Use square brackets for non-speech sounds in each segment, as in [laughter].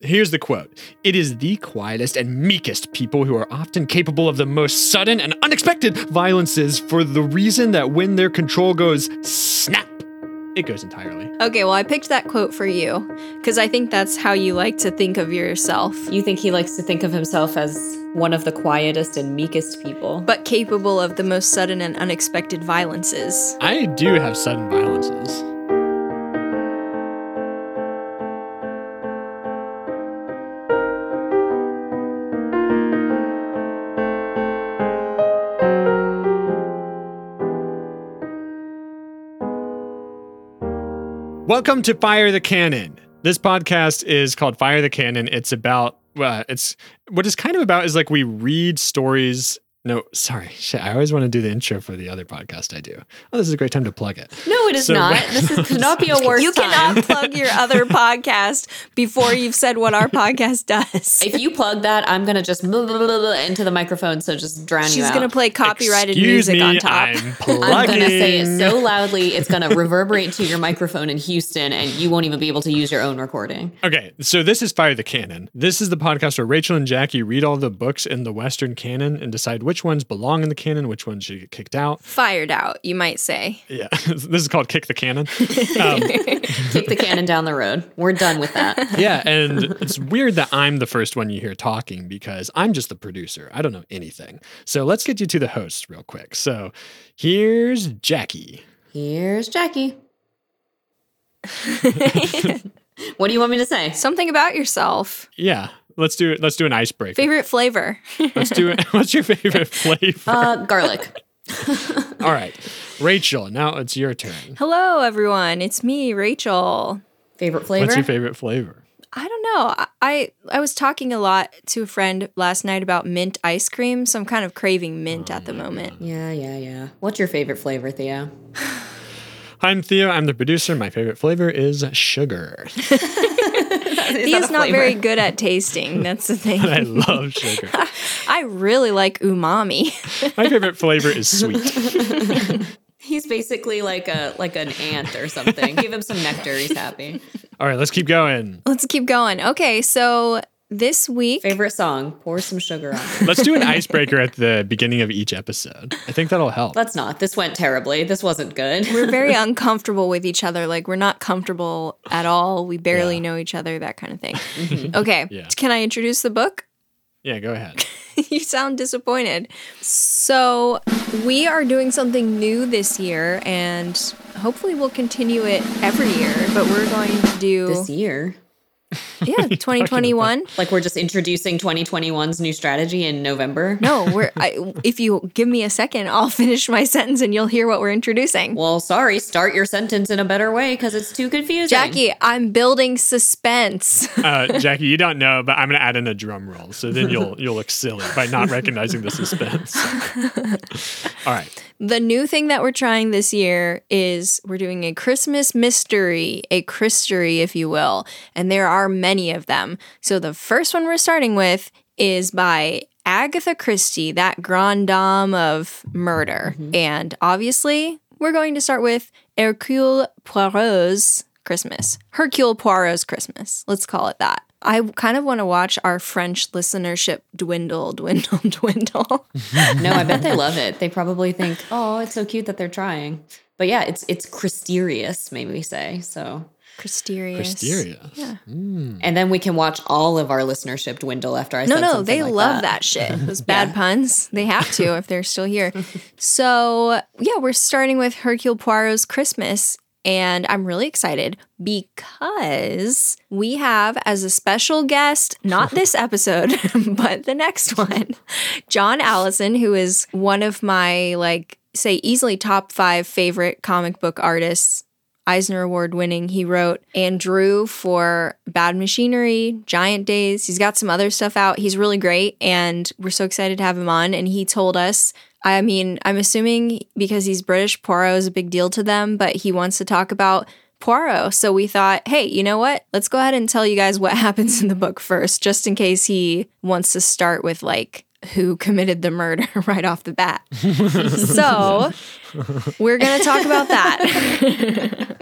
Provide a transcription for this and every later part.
Here's the quote It is the quietest and meekest people who are often capable of the most sudden and unexpected violences for the reason that when their control goes snap, it goes entirely. Okay, well, I picked that quote for you because I think that's how you like to think of yourself, You think he likes to think of himself as one of the quietest and meekest people. but capable of the most sudden and unexpected violences. I do have sudden violences. Welcome to Fire the Cannon. This podcast is called Fire the Cannon. It's about uh, it's what it's kind of about is like we read stories. No, sorry, shit. I always want to do the intro for the other podcast I do. Oh, this is a great time to plug it. no, it is So- not. This is, could not [laughs] be a worse You time. cannot plug your other podcast before you've said what our podcast does. If you plug that, I'm gonna just blah, blah, blah, blah, into the microphone, so just drown you She's out. going to play copyrighted music me, on [laughs] top. I'm I'm gonna say it plugging. [laughs] so loudly it's [laughs] gonna reverberate to your microphone in Houston, and you won't even be able to use your own recording. Okay, so this is Fire the Canon. This is the podcast where Rachel and Jackie read all the books in the Western canon and decide which ones belong in the canon, which ones should get kicked out. Fired out, you [laughs] might say. Yeah, this is called Kick the Um, Canon. Kick the cannon down the road. We're done with that. yeah, and it's weird that I'm the first one you hear talking because I'm just the producer. I don't know anything. So let's get you to the hosts real quick. So here's Jackie. Here's Jackie. [laughs] what do you want me to say? Something about yourself. Yeah, let's do it. Let's do an icebreaker. Favorite flavor? Let's do it. [laughs] What's your favorite flavor? Uh, garlic. [laughs] all right, Rachel. Now it's your turn. Hello, everyone. It's me, Rachel. Favorite flavor? What's your favorite flavor? I don't know. I, I I was talking a lot to a friend last night about mint ice cream, so I'm kind of craving mint at the moment. Yeah, yeah, yeah. What's your favorite flavor, Theo? Hi, I'm Theo. I'm the producer. My favorite flavor is sugar. [laughs] He is not very good at tasting. That's the I thing. love sugar. I really like umami. [laughs] My favorite flavor is sweet. He's basically like a like an ant or something. Give him some nectar. He's happy. All right, let's keep going. Let's keep going. Okay, so this week, [laughs] Favorite song? Pour some sugar on. it. Let's do [laughs] an icebreaker at the beginning of each episode. I think that'll help. Let's not. This went terribly. This wasn't good. we're very uncomfortable with each other. Like we're not comfortable at all. We barely know each other. That kind of thing. Okay. Yeah. Can I introduce the book? Yeah, go ahead. [laughs] you sound disappointed. So, we are doing something new this year, and hopefully, we'll continue it every year. But we're going to do, this year. [laughs] yeah, 2021. Like we're just introducing 2021's new strategy in November. No, we're, I, if you give me a second, I'll [laughs] finish my sentence and you'll hear what we're introducing. Well, sorry. Start your sentence in a better way because it's too confusing. Jackie, I'm building suspense. [laughs] Uh, Jackie, you don't know, but I'm gonna add in a drum roll, so then [laughs] you'll you'll look silly by not recognizing the suspense. All right, The new thing that we're trying this year is we're doing a Christmas mystery, a Christery, if you will, and there are many of them. So the first one we're starting with is by Agatha Christie, that grande dame of murder. And obviously, we're going to start with Hercule Poirot's Christmas. Hercule Poirot's Christmas. Let's call it that. I kind of want to watch our French listenership dwindle, dwindle, [laughs] dwindle. No, I bet they love it. They probably think, oh, it's so cute that they're trying. But yeah, it's it's Christerious, maybe we say. So Christerious. mysterious. and then we can watch all of our listenership dwindle after I No, said no, something they like love that. shit. [laughs] Those bad puns. They have to if they're still here. So, yeah, we're starting with Hercule Poirot's Christmas. And I'm really excited because we have as a special guest, not [laughs] this episode, [laughs] but the next one, John Allison, who is one of my, like, say, easily top five favorite comic book artists Eisner Award winning. He wrote and drew for Bad Machinery, Giant Days. He's got some other stuff out. He's really great, and we're so excited to have him on. And he told us, I mean, I'm assuming because he's British, Poirot is a big deal to them, but he wants to talk about Poirot. So we thought, hey, you know what? Let's go ahead and tell you guys what [laughs] happens in the book first, just in case he wants to start with like who committed the murder [laughs] right off the bat. so we're going to talk about that.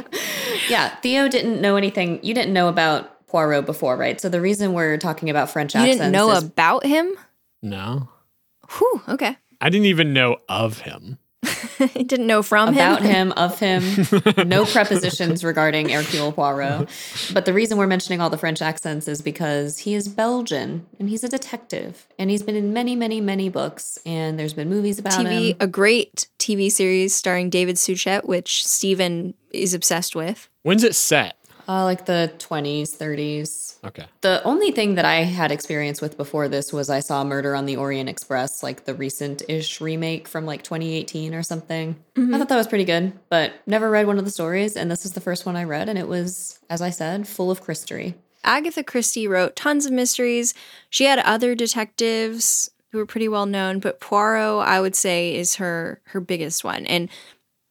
Yeah, Theo didn't know anything. You didn't know about Poirot before, right? So the reason we're talking about French You accents didn't know is about him? No, Whew, okay. [laughs] I didn't even know of him. didn't know from [laughs] about him. him, of him, [laughs] no prepositions regarding Hercule Poirot. But the reason we're mentioning all the French accents is because he is Belgian and he's a detective and he's been in many, many, many books and there's been movies about TV, him. a great TV series starring David Suchet, which Steven is obsessed with. When's it set? Uh, like the 20s, 30s. Okay. The only thing that I had experience with before this was I saw Murder on the Orient Express, like the recent ish remake from like 2018 or something. I thought that was pretty good, but never read one of the stories. And this is the first one I read. And it was, as I said, full of Christery. Agatha Christie wrote tons of mysteries. She had other detectives who were pretty well known, but Poirot, I would say, is her her biggest one. And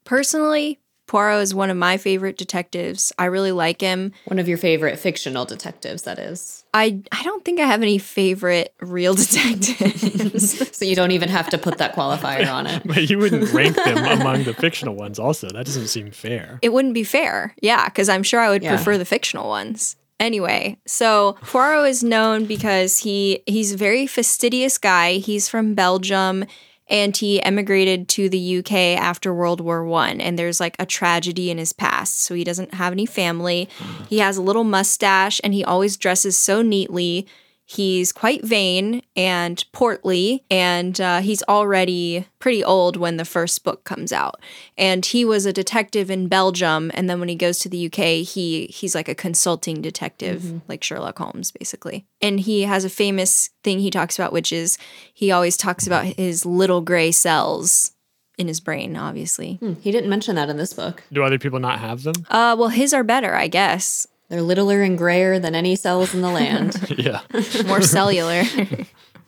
personally, Poirot is one of my favorite detectives. I really like him. One of your favorite fictional detectives, that is. [laughs] I I don't think I have any favorite real [laughs] detectives. So you don't even have to put that qualifier [laughs] on it. But you wouldn't rank them among the fictional ones, also. That doesn't seem fair. it wouldn't be fair. Yeah, because I'm sure I would Yeah. prefer the fictional ones. Anyway, so Poirot is known because he he's a very fastidious guy. He's from Belgium and he emigrated to the UK after World War One. And there's like a tragedy in his past. So he doesn't have any family. He has a little mustache and he always dresses so neatly. He's quite vain and portly, and uh, he's already pretty old when the first book comes out. And he was a detective in Belgium, and then when he goes to the UK, he he's like a consulting detective, like Sherlock Holmes, basically. And he has a famous thing he talks about, which is he always talks about his little gray cells in his brain, obviously. Hmm, He didn't mention that in this book. Do other people not have them? Uh, well, his are better, I guess, They're littler and grayer than any cells in the land. yeah. more cellular.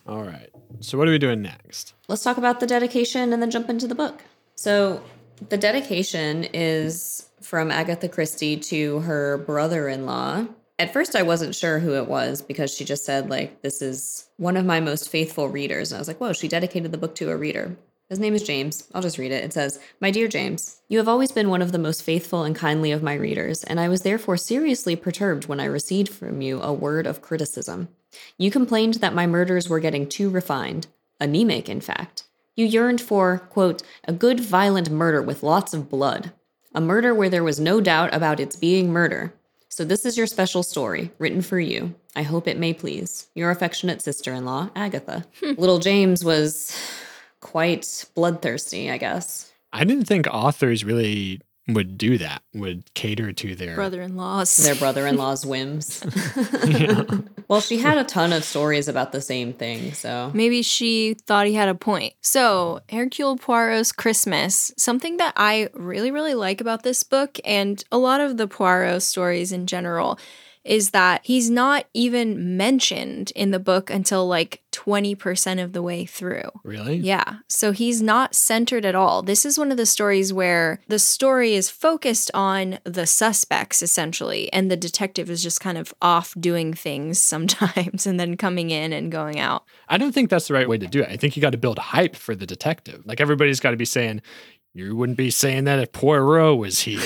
All right. So what are we doing next? Let's talk about the dedication and then jump into the book. So, the dedication is from Agatha Christie to her brother in law. At first, I wasn't sure who it was because she just said, like, this is one of my most faithful readers. And I was like, whoa, she dedicated the book to a reader. His name is James. I'll just read it. It says, My dear James, you have always been one of the most faithful and kindly of my readers, and I was therefore seriously perturbed when I received from you a word of criticism. You complained that my murders were getting too refined, anemic, in fact. You yearned for, quote, a good violent murder with lots of blood, a murder where there was no doubt about its being murder. So this is your special story, written for you. I hope it may please. Your affectionate sister in law, Agatha. Little James was quite bloodthirsty, I guess. I didn't think authors really would do that, would cater to their Brother-in-laws. Their brother in law's whims. well, she had a ton of stories about the same thing, so. Maybe she thought he had a point. So, Hercule Poirot's Christmas, something that I really, really like about this book and a lot of the Poirot stories in general is that he's not even mentioned in the book until like 20% of the way through. Really? Yeah. So he's not centered at all. This is one of the stories where the story is focused on the suspects, essentially, and the detective is just kind of off doing things [laughs] sometimes and then coming in and going out. I don't think that's the right way to do it. I think you got to build hype for the detective. Like everybody's got to be saying, you wouldn't be saying that if Poirot was here.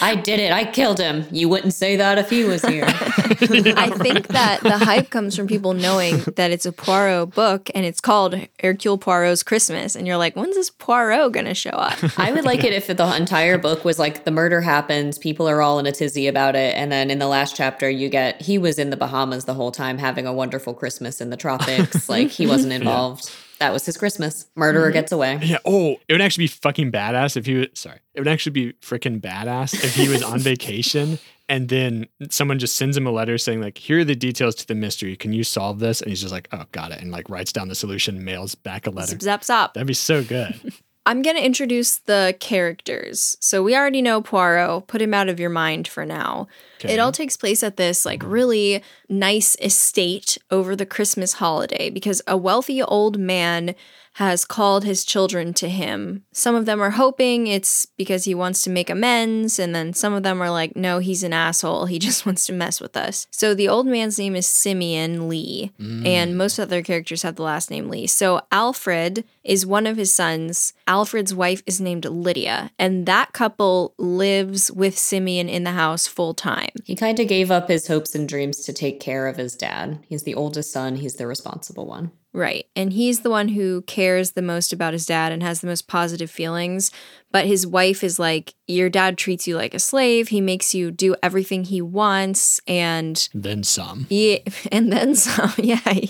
I did it. I killed him. You wouldn't say that if he was here. I think that the hype comes from people knowing that it's a Poirot book and it's called Hercule Poirot's Christmas. And you're like, when's this Poirot going to show up? I would like it if the entire book was like the murder happens, people are all in a tizzy about it, and then in the last chapter you get he was in the Bahamas the whole time having a wonderful Christmas in the tropics, like he wasn't involved. That was his Christmas. Murderer gets away. yeah. Oh, it would actually be fucking badass if he was, sorry, it would actually be freaking badass if he [laughs] was on vacation and then someone just sends him a letter saying, like, here are the details to the mystery. Can you solve this? And he's just like, oh, got it. And like writes down the solution, mails back a letter. Zip, zap, [laughs] zap. That'd be so good. [laughs] I'm going to introduce the characters. So we already know Poirot. Put him out of your mind for now. Okay. It all takes place at this like really nice estate over the Christmas holiday because a wealthy old man has called his children to him. Some of them are hoping it's because he wants to make amends, and then some of them are like, no, he's an asshole. He [laughs] just wants to mess with us. So the old man's name is Simeon Lee, and most other characters have the last name Lee. So Alfred is one of his sons. Alfred's wife is named Lydia, and that couple lives with Simeon in the house full time. He kind of gave up his hopes and dreams to take care of his dad. He's the oldest son, he's the responsible one. Right. And he's the one who cares the most about his dad and has the most positive feelings. But his wife is like, Your dad treats you like a slave. He makes you do everything he wants. And Then some. yeah, [laughs] and then some. [laughs] Yeah. He,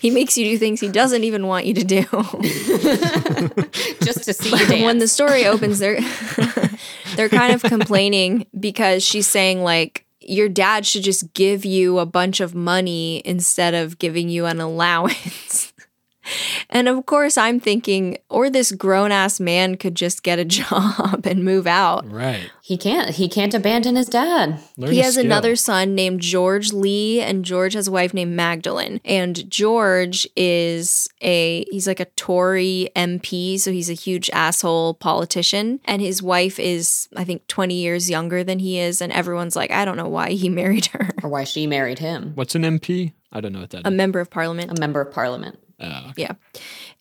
he makes you do things he doesn't even want you to do. [laughs] Just to see you dance. when the story opens, they're [laughs] they're kind of complaining because she's saying like your dad should just give you a bunch of money instead of giving you an allowance. [laughs] And of course, I'm thinking, or this grown ass man could just get a [laughs] job and move out. Right. he can't he can't abandon his dad. Learn He a has skill. another son named George Lee, and George has a wife named Magdalene. And George is a he's like a Tory MP, so he's a huge asshole politician. And his wife is, I think, 20 years younger than he is, and everyone's like, I don't know why he [laughs] married her. Or why she married him. What's an MP? I don't know what that A is. member of parliament. A member of parliament. Oh, Yeah.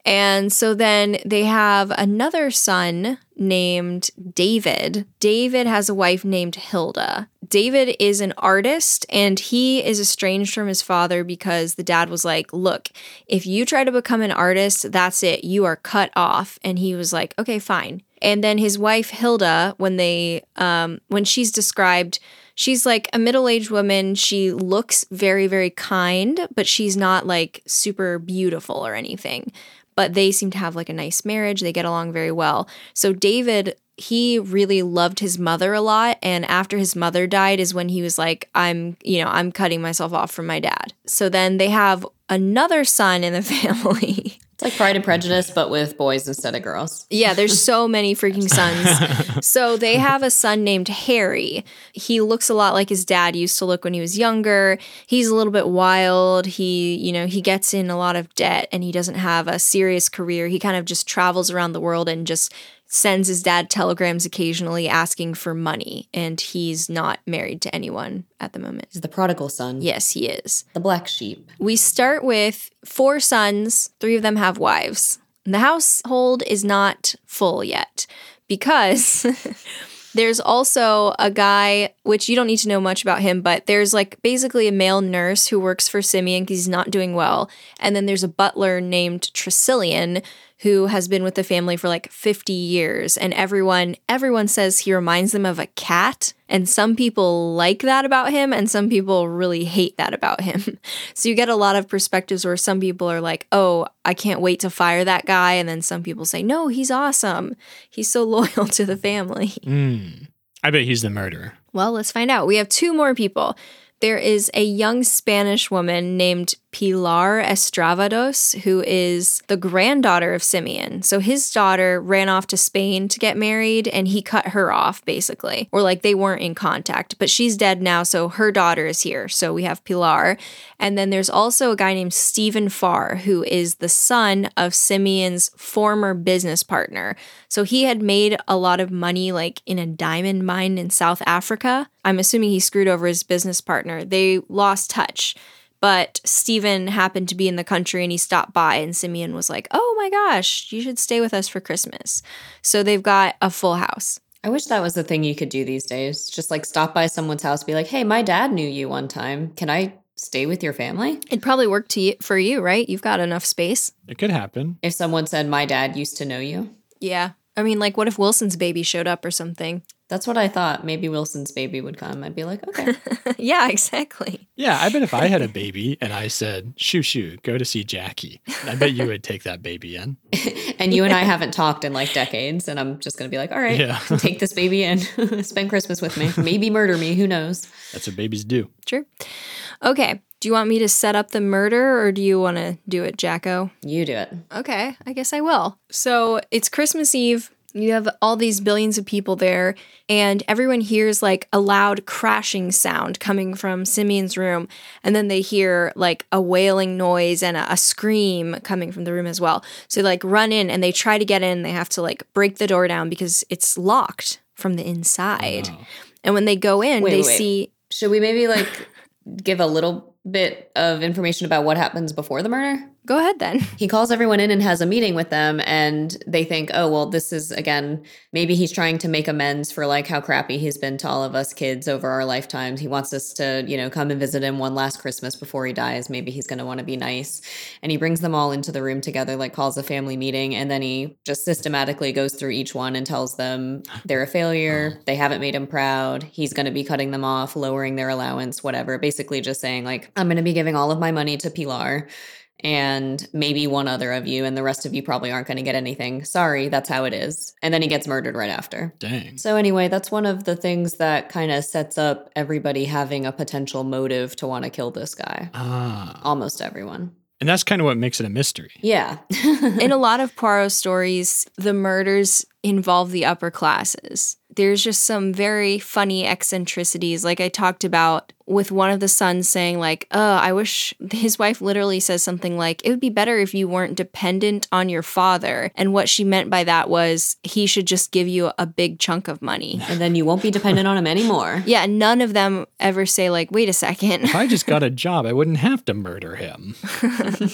And so then they have another son named David. David has a wife named Hilda. David is an artist and he is estranged from his father because the dad was like, Look, if you try to become an artist, that's it. You are cut off. And he was like, Okay, fine. And then his wife Hilda, when they um, when she's described, she's like a middle-aged woman. She looks very, very kind, but she's not like super beautiful or anything. But they seem to have like a nice marriage. They get along very well. So David, he really loved his mother a lot. And after his mother died is when he was like, I'm, you know, I'm cutting myself off from my dad. So then they have another son in the [laughs] family. It's like Pride and Prejudice, but with boys instead of girls. Yeah, there's so many freaking sons. so they have a son named Harry. He looks a lot like his dad used to look when he was younger. He's a little bit wild. He, you know, he gets in a lot of debt and he doesn't have a serious career. He kind of just travels around the world and just sends his dad telegrams occasionally asking for money and he's not married to anyone at the moment. He's the prodigal son. Yes, he is. The black sheep. We start with four sons, three of them have wives. And the household is not full yet because [laughs] there's also a guy, which you don't need to know much about him, but there's like basically a male nurse who works for Simeon because he's not doing well. And then there's a butler named Tressilian who has been with the family for like 50 years and everyone everyone says he reminds them of a cat and some people like that about him and some people really hate that about him [laughs] so you get a lot of perspectives where some people are like oh i can't wait to fire that guy and then some people say no he's awesome he's so [laughs] loyal to the family Mm. I bet he's the murderer. well, let's find out. We have two more people. There is a young Spanish woman named Pilar Estravados, who is the granddaughter of Simeon. So his daughter ran off to Spain to get married, and he cut her off, basically, or like they weren't in contact. But she's dead now, so her daughter is here. So we have Pilar. And then there's also a guy named Stephen Farr, who is the son of Simeon's former business partner. So he had made a lot of money like in a diamond mine in South Africa. I'm assuming he screwed over his business partner. They lost touch. But Stephen happened to be in the country and he stopped by, and Simeon was like, Oh my gosh, you should stay with us for Christmas. So they've got a full house. I wish that was the thing you could do these days. Just like stop by someone's house, be like, hey, my dad knew you one time. Can I stay with your family? It probably worked to you, for you, right? You've got enough space. It could happen. If someone said, my dad used to know you, Yeah. I mean, like, what if Wilson's baby showed up or something? that's what I thought. Maybe Wilson's baby would come. I'd be like, okay. yeah, exactly. Yeah, I bet if I had [laughs] a baby and I said, shoo, shoo, go to see Jackie, I bet you would take that baby in. and you and I haven't talked in like decades. And I'm just going to be like, all right, Yeah. take this baby in, [laughs] spend Christmas with me, maybe murder me. Who knows? That's what babies do. Sure. Okay. Do you want me to set up the murder or do you want to do it, Jacko? You do it. Okay, I guess I will. So it's Christmas Eve. You have all these billions of people there, and everyone hears like a loud crashing sound coming from Simeon's room. And then they hear like a wailing noise and a, a scream coming from the room as well. So they like run in and they try to get in. They have to like break the door down because it's locked from the inside. And when they go in, Wait, they wait, wait. see Should we maybe like give a little bit of information about what happens before the murder? Go ahead then. He calls everyone in and has a meeting with them, and they think, oh, well, this is again, maybe he's trying to make amends for like how crappy he's been to all of us kids over our lifetimes. He wants us to, you know, come and visit him one last Christmas before he dies. Maybe he's going to want to be nice. And he brings them all into the room together, like calls a family meeting, and then he just systematically goes through each one and tells them they're a failure, they haven't made him proud, he's going to be cutting them off, lowering their allowance, whatever. Basically, just saying, like, I'm going to be giving all of my money to Pilar and maybe one other of you, and the rest of you probably aren't going to get anything. Sorry, that's how it is. And then he gets murdered right after. Dang. So, anyway, that's one of the things that kind of sets up everybody having a potential motive to want to kill this guy. Ah. Almost everyone. And that's kind of what makes it a mystery. Yeah. [laughs] In a lot of Poirot stories, the murders involve the upper classes. There's just some very funny eccentricities. Like I talked about with one of the sons saying, like, oh, I wish his wife literally says something like, it would be better if you weren't dependent on your father. And what she meant by that was he should just give you a big chunk of money. and then you won't be dependent on him anymore. Yeah, none of them ever say, like, wait a second. If I just got a job, I wouldn't have to murder him. [laughs]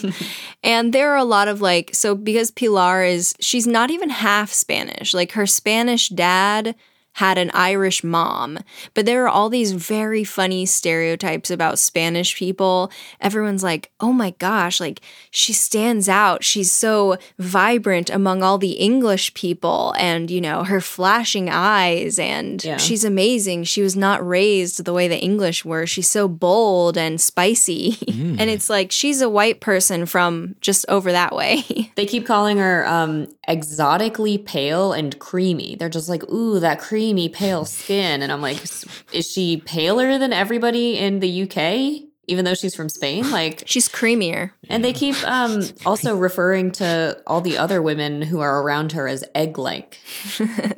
And there are a lot of like, so because Pilar is, she's not even half Spanish. Like her Spanish dad had an Irish mom, but there are all these very funny stereotypes about Spanish people. Everyone's like, oh my gosh, like she stands out. She's so vibrant among all the English people and, you know, her flashing eyes and Yeah. she's amazing. She was not raised the way the English were. She's so bold and spicy. [laughs] and it's like she's a white person from just over that way. [laughs] They keep calling her um, exotically pale and creamy. They're just like, ooh, that creamy, pale skin. And I'm like, "S- is she paler than everybody in the UK? Even though she's from Spain, like, she's creamier. and they keep um, also referring to all the other women who are around her as egg-like.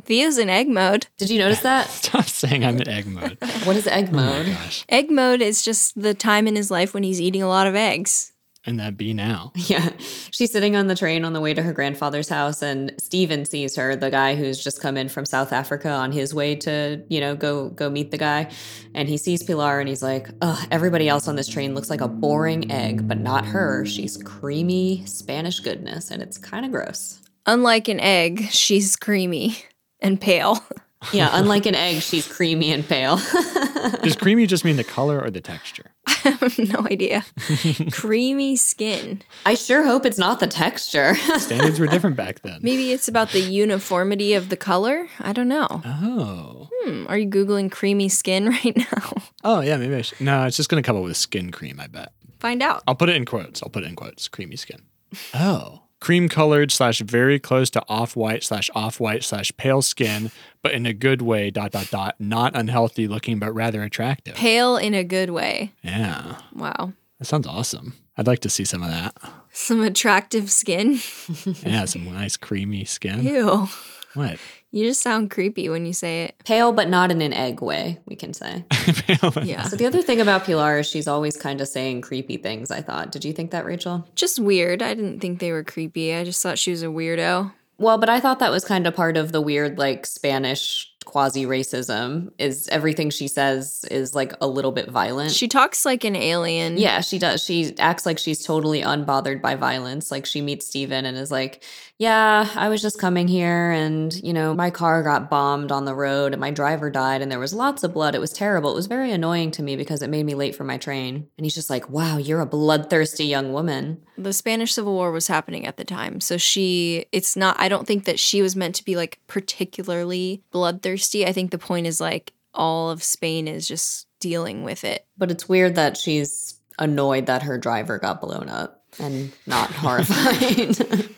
Thea's in egg mode. Did you notice that? Stop saying I'm in egg mode. Oh What is egg mode? Gosh. Egg mode is just the time in his life when he's eating a lot of eggs. And that be now. Yeah. She's sitting on the train on the way to her grandfather's house, and Steven sees her, the guy who's just come in from South Africa on his way to, you know, go go meet the guy. And he sees Pilar and he's like, Ugh, everybody else on this train looks like a boring egg, but not her. She's creamy Spanish goodness, and it's kind of gross. Unlike an egg, she's creamy and pale. [laughs] Yeah, unlike an egg, she's creamy and pale. [laughs] Does creamy just mean the color or the texture? I have no idea. Creamy skin. I sure hope it's not the texture. [laughs] Standards were different back then. Maybe it's about the uniformity of the color. I don't know. Oh. Hmm, are you Googling creamy skin [laughs] right now? Oh, yeah, maybe I should. No, it's just going to come up with skin cream, I bet. Find out. I'll put it in quotes. I'll put it in quotes. Creamy skin. Oh. Cream colored slash very close to off white slash off white slash pale skin, but in a good way, dot, dot, dot. Not unhealthy looking, but rather attractive. Pale in a good way. Yeah. Wow. That sounds awesome. I'd like to see some of [laughs] that. Some attractive skin. Yeah, some nice creamy skin. Ew. What? You just sound creepy when you say [laughs] it. pale, but not in an egg way, we can say. [laughs] Yeah. So the other thing about Pilar is she's always kind of saying creepy things, I thought. Did you think that, Rachel? Just weird. I didn't think they were creepy. I just thought she was a weirdo. Well, but I thought that was kind of part of the weird, like Spanish quasi racism. Is everything she says is like a little bit violent? She talks like an alien. yeah, she does. She acts like she's totally unbothered by violence. Like she meets Steven and is like, Yeah, I was just coming here and, you know, my car got bombed on the road and my driver died and there was lots of blood. It was terrible. It was very annoying to me because it made me late for my train. And he's just like, Wow, you're a bloodthirsty young woman. The Spanish Civil War was happening at the time. So she, it's not, I don't think that she was meant to be like particularly bloodthirsty. I think the point is like all of Spain is just dealing with it. But it's weird that she's annoyed that her driver got blown up and not horrified. [laughs]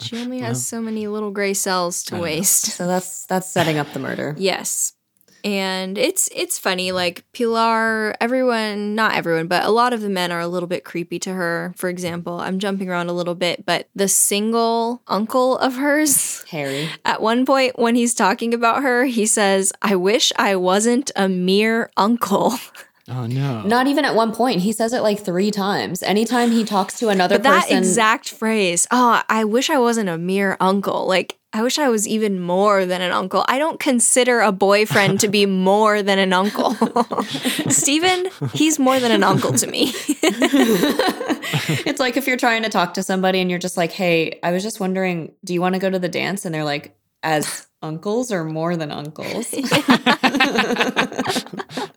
She only has so many little gray cells to waste. so that's that's setting up the murder. Yes. And it's it's funny like Pilar everyone not everyone but a lot of the men are a little bit creepy to her. For example, I'm jumping around a little bit, but the single uncle of hers [laughs] Harry. at one point when he's talking about her, he says, "I wish I wasn't a mere [laughs] uncle." [laughs] Oh, no. Not even at one point. He says it like three times. Anytime he talks to another But that person, exact phrase, "Oh, I wish I wasn't a mere uncle." Like I wish I was even more than an uncle. I don't consider a boyfriend [laughs] to be more than an [laughs] uncle. Steven, he's more than an uncle to me. [laughs] it's like if you're trying to talk to somebody and you're just like, hey, I was just wondering, do you want to go to the dance? And they're like, as uncles or more [laughs] than uncles?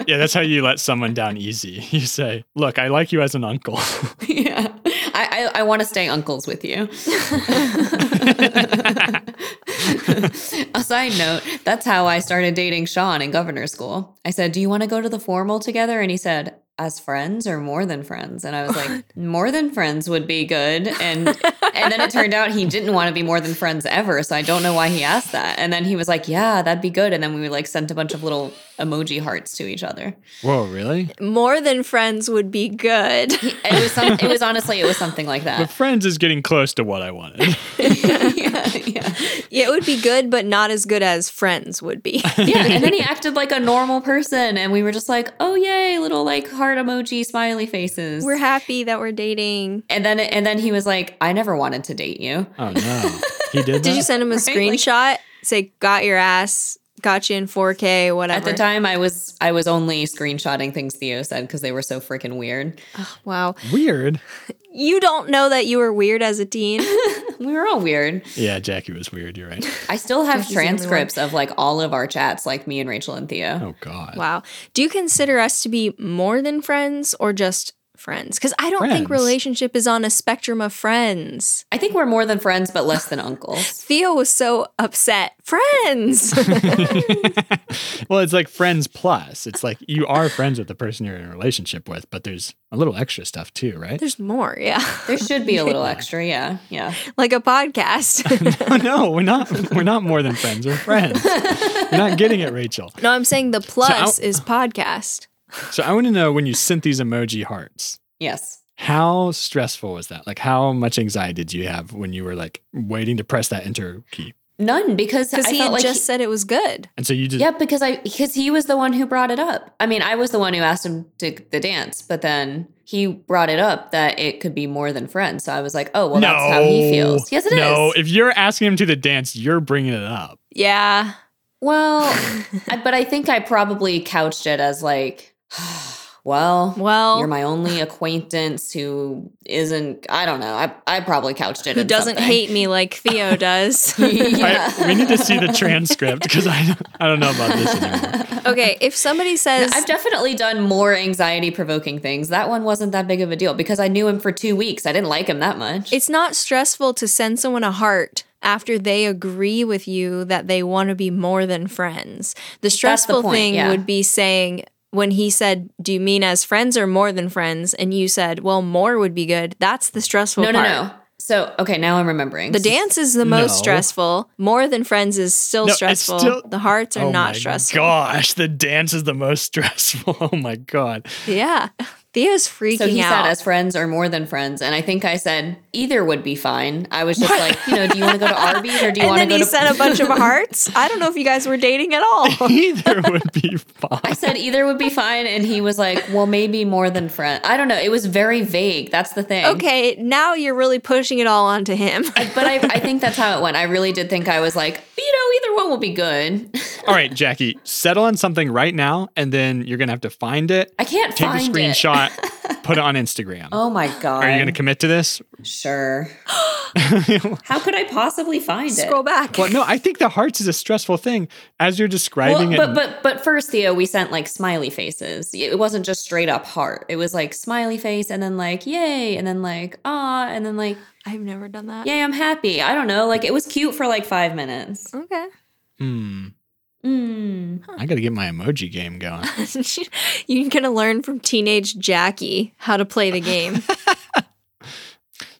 yeah, that's how you let someone down easy. [laughs] You say, "Look, I like you as an uncle." [laughs] yeah. I, I, I want to stay uncles with you. A side note, that's how I started dating Sean in governor's school. I said, Do you want to go to the formal together? And he said, As friends or more than friends? And I was like, More than friends would be good. And and then it turned out he didn't want to be more than friends ever. So I don't know why he asked that. And then he was like, Yeah, that'd be good. And then we like sent a bunch of little emoji hearts to each other. Whoa, really? [laughs] More than friends would be good. And it was some, it was honestly it was something like But [laughs] that. [laughs] friends is getting close to what I [laughs] wanted. yeah, yeah. Yeah, it would be good, but not as good as friends would [laughs] be. Yeah, and [laughs] then he acted like a normal person, and we were just like, "Oh yay!" Little like heart emoji, smiley faces. We're happy that we're dating. and then and then he was like, "I never wanted to date you." oh no, he did. Did you that? send him a Right, like- screenshot? Say, got your ass, got you in 4K, whatever. At the time, I was I was only screenshotting things Theo said because they were so freaking weird. [laughs] Wow. Weird. You don't know that you were weird as a teen. We were all weird. Yeah, Jackie was weird. You're [laughs] right. I still have Jackie's the only one. transcripts of like all of our chats, like me and Rachel and Theo. Oh God. Uh, Wow. Do you consider us to be more than friends or just friends? Because I don't think Friends. relationship is on a spectrum of friends. I think we're more than friends, but [laughs] less than uncles. Theo was so upset. [laughs] Friends. [laughs] [laughs] well, it's like friends plus. It's like you are friends with the person you're in a relationship with, but there's a little extra stuff too, right? There's more, [laughs] yeah. There should be a little extra, yeah, yeah. Like a [laughs] podcast. [laughs] no, [laughs] no, we're not. We're not more than friends. We're friends. you're not getting it, Rachel. no, I'm saying the plus So is podcast. So I want to know when you sent these emoji hearts. Yes. How stressful was that? Like, how much anxiety did you have when you were like waiting to press that enter key? None because I Because he felt had like just he- said it was good. And so you just yeah, because I because he was the one who brought it up. I mean, I was the one who asked him to the dance, but then he brought it up that it could be more than friends. So I was like, oh well, that's how he feels. Yes, it is. No, if you're asking him to the dance, you're bringing it up. Yeah. [laughs] [laughs] Well, I, but I think I probably couched it as like, [sighs] well, Well, you're my only acquaintance who isn't. I don't know. I I probably couched it. who in doesn't something. [laughs] hate me like Theo does. [laughs] yeah. I, we need to see the transcript because I don't, I don't know about [laughs] this anymore. okay, if somebody says I've definitely done more anxiety provoking things. That one wasn't that big of a deal because I knew him for two weeks. I didn't like him that much. it's not stressful to send someone a heart after they agree with you that they want to be more than friends. The stressful point, thing yeah. would be saying when he said, "Do you mean as friends or more than friends?" and you said, "Well, more would be good." That's the stressful no, no, part. no. So okay, now I'm remembering. The dance is the most No. stressful. More than friends is still No, it's stressful. still- the hearts are oh not my stressful. gosh, the dance is the most [laughs] stressful. Oh my god. Yeah. [laughs] Theo's freaking So he out. said, as friends or more than friends, and I think I said either would be fine. I [laughs] was just like, you know, do you want to go to Arby's or do you and want then to go he to? sent [laughs] a bunch of hearts. I don't know if you guys were dating at all. [laughs] Either would be I fine. said either would be fine, and he was like, well, maybe more than friend. I don't know. It was very vague. That's the thing. Okay, now you're really pushing it all onto him. But I, I think that's how [laughs] it went. I really did think I was like, you know, either one will be good. All right, Jackie, settle on something right now, and then you're gonna have to find it. I can't Take a find it. screenshot, [laughs] put it on Instagram. Oh my god! Are you gonna commit to this? Sure. [gasps] [laughs] How could I possibly find it? Scroll back. Well, no, I think the hearts is a stressful thing. As you're Well, describing but it, but but first, Theo, we sent like smiley faces. It wasn't just straight up heart. It was like smiley face, and then like yay, and then like ah, and then like [laughs] I've never done that. yay, I'm happy. I don't know. Like it was cute for like five minutes. Okay. [laughs] Hmm, Mm. I gotta get my emoji game going. you're going to learn from teenage Jackie how to play [laughs] the game.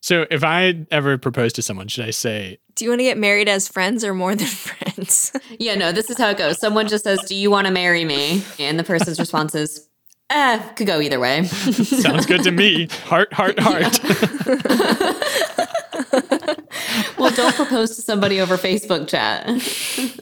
So if I ever propose to someone, should I say, Do you want to get married as friends or more than [laughs] friends? Yeah, no, this is how it goes. Someone just says, "Do you want to marry me?" And the person's response is, "Eh, could go either way." [laughs] sounds good to me? Heart, heart, heart. [laughs] well, don't propose to somebody over Facebook chat.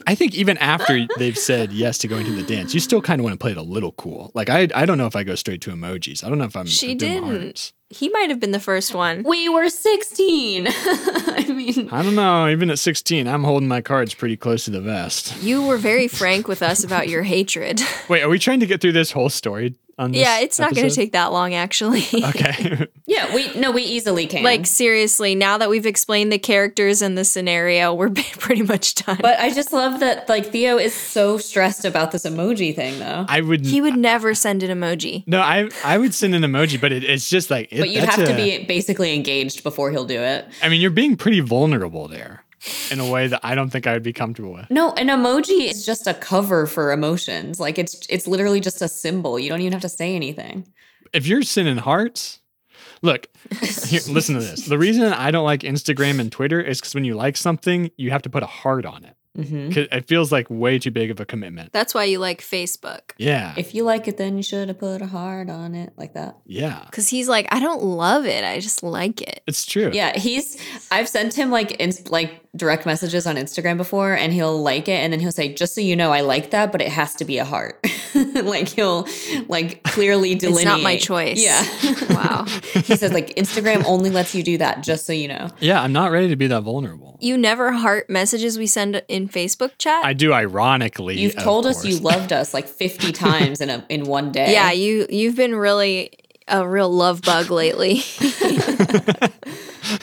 I think even after they've said yes to going to the dance, you still kind of want to play it a little cool. Like I, I don't know if I go straight to emojis. I don't know if I'm. She I'm doing didn't. hearts. he might have been the first one. We were sixteen. [laughs] I mean, I don't know. Even at 16, I'm holding my cards pretty close to the vest. You were very frank with us about [laughs] your hatred. [laughs] Wait, are we trying to get through this whole story? On this yeah, it's not going to episode? take that long, actually. Okay. [laughs] Yeah, yeah, we no, we easily [laughs] can. Like seriously, now that we've explained the characters and the scenario, we're [laughs] pretty much done. but I just love that like Theo is so stressed about this emoji thing though. I would. he would never send an emoji. no, I I would send an emoji, but it, it's just like. It, but you'd that's have to a- be basically engaged before he'll do it. I mean, you're being pretty vulnerable there, in a way that I don't think I would be comfortable with. No, an emoji is just a cover for emotions. Like it's it's literally just a symbol. You don't even have to say anything. If you're sending hearts, [laughs] look, here, listen to this. The reason I don't like Instagram and Twitter is because when you like something, you have to put a heart on it. hmm 'Cause It feels like way too big of a commitment. That's why you like Facebook. Yeah, If you like it, then you should have put a heart on it like that. yeah, Cause he's like, I don't love it. I just like it. it's true. Yeah, he's. I've sent him like in, like direct messages on Instagram before, and he'll like it, and then he'll say, "Just so you know, I like that, but it has to be a heart." [laughs] like he'll like clearly It's delineate. not my choice. Yeah, [laughs] wow. he [laughs] says like Instagram only lets you do that, just so you know. yeah. I'm not ready to be that vulnerable. You never heart messages we send in Facebook chat. I do ironically. You've of told us you course. loved us like [laughs] fifty times in a in one day. yeah, you you've been really a real love bug lately. [laughs]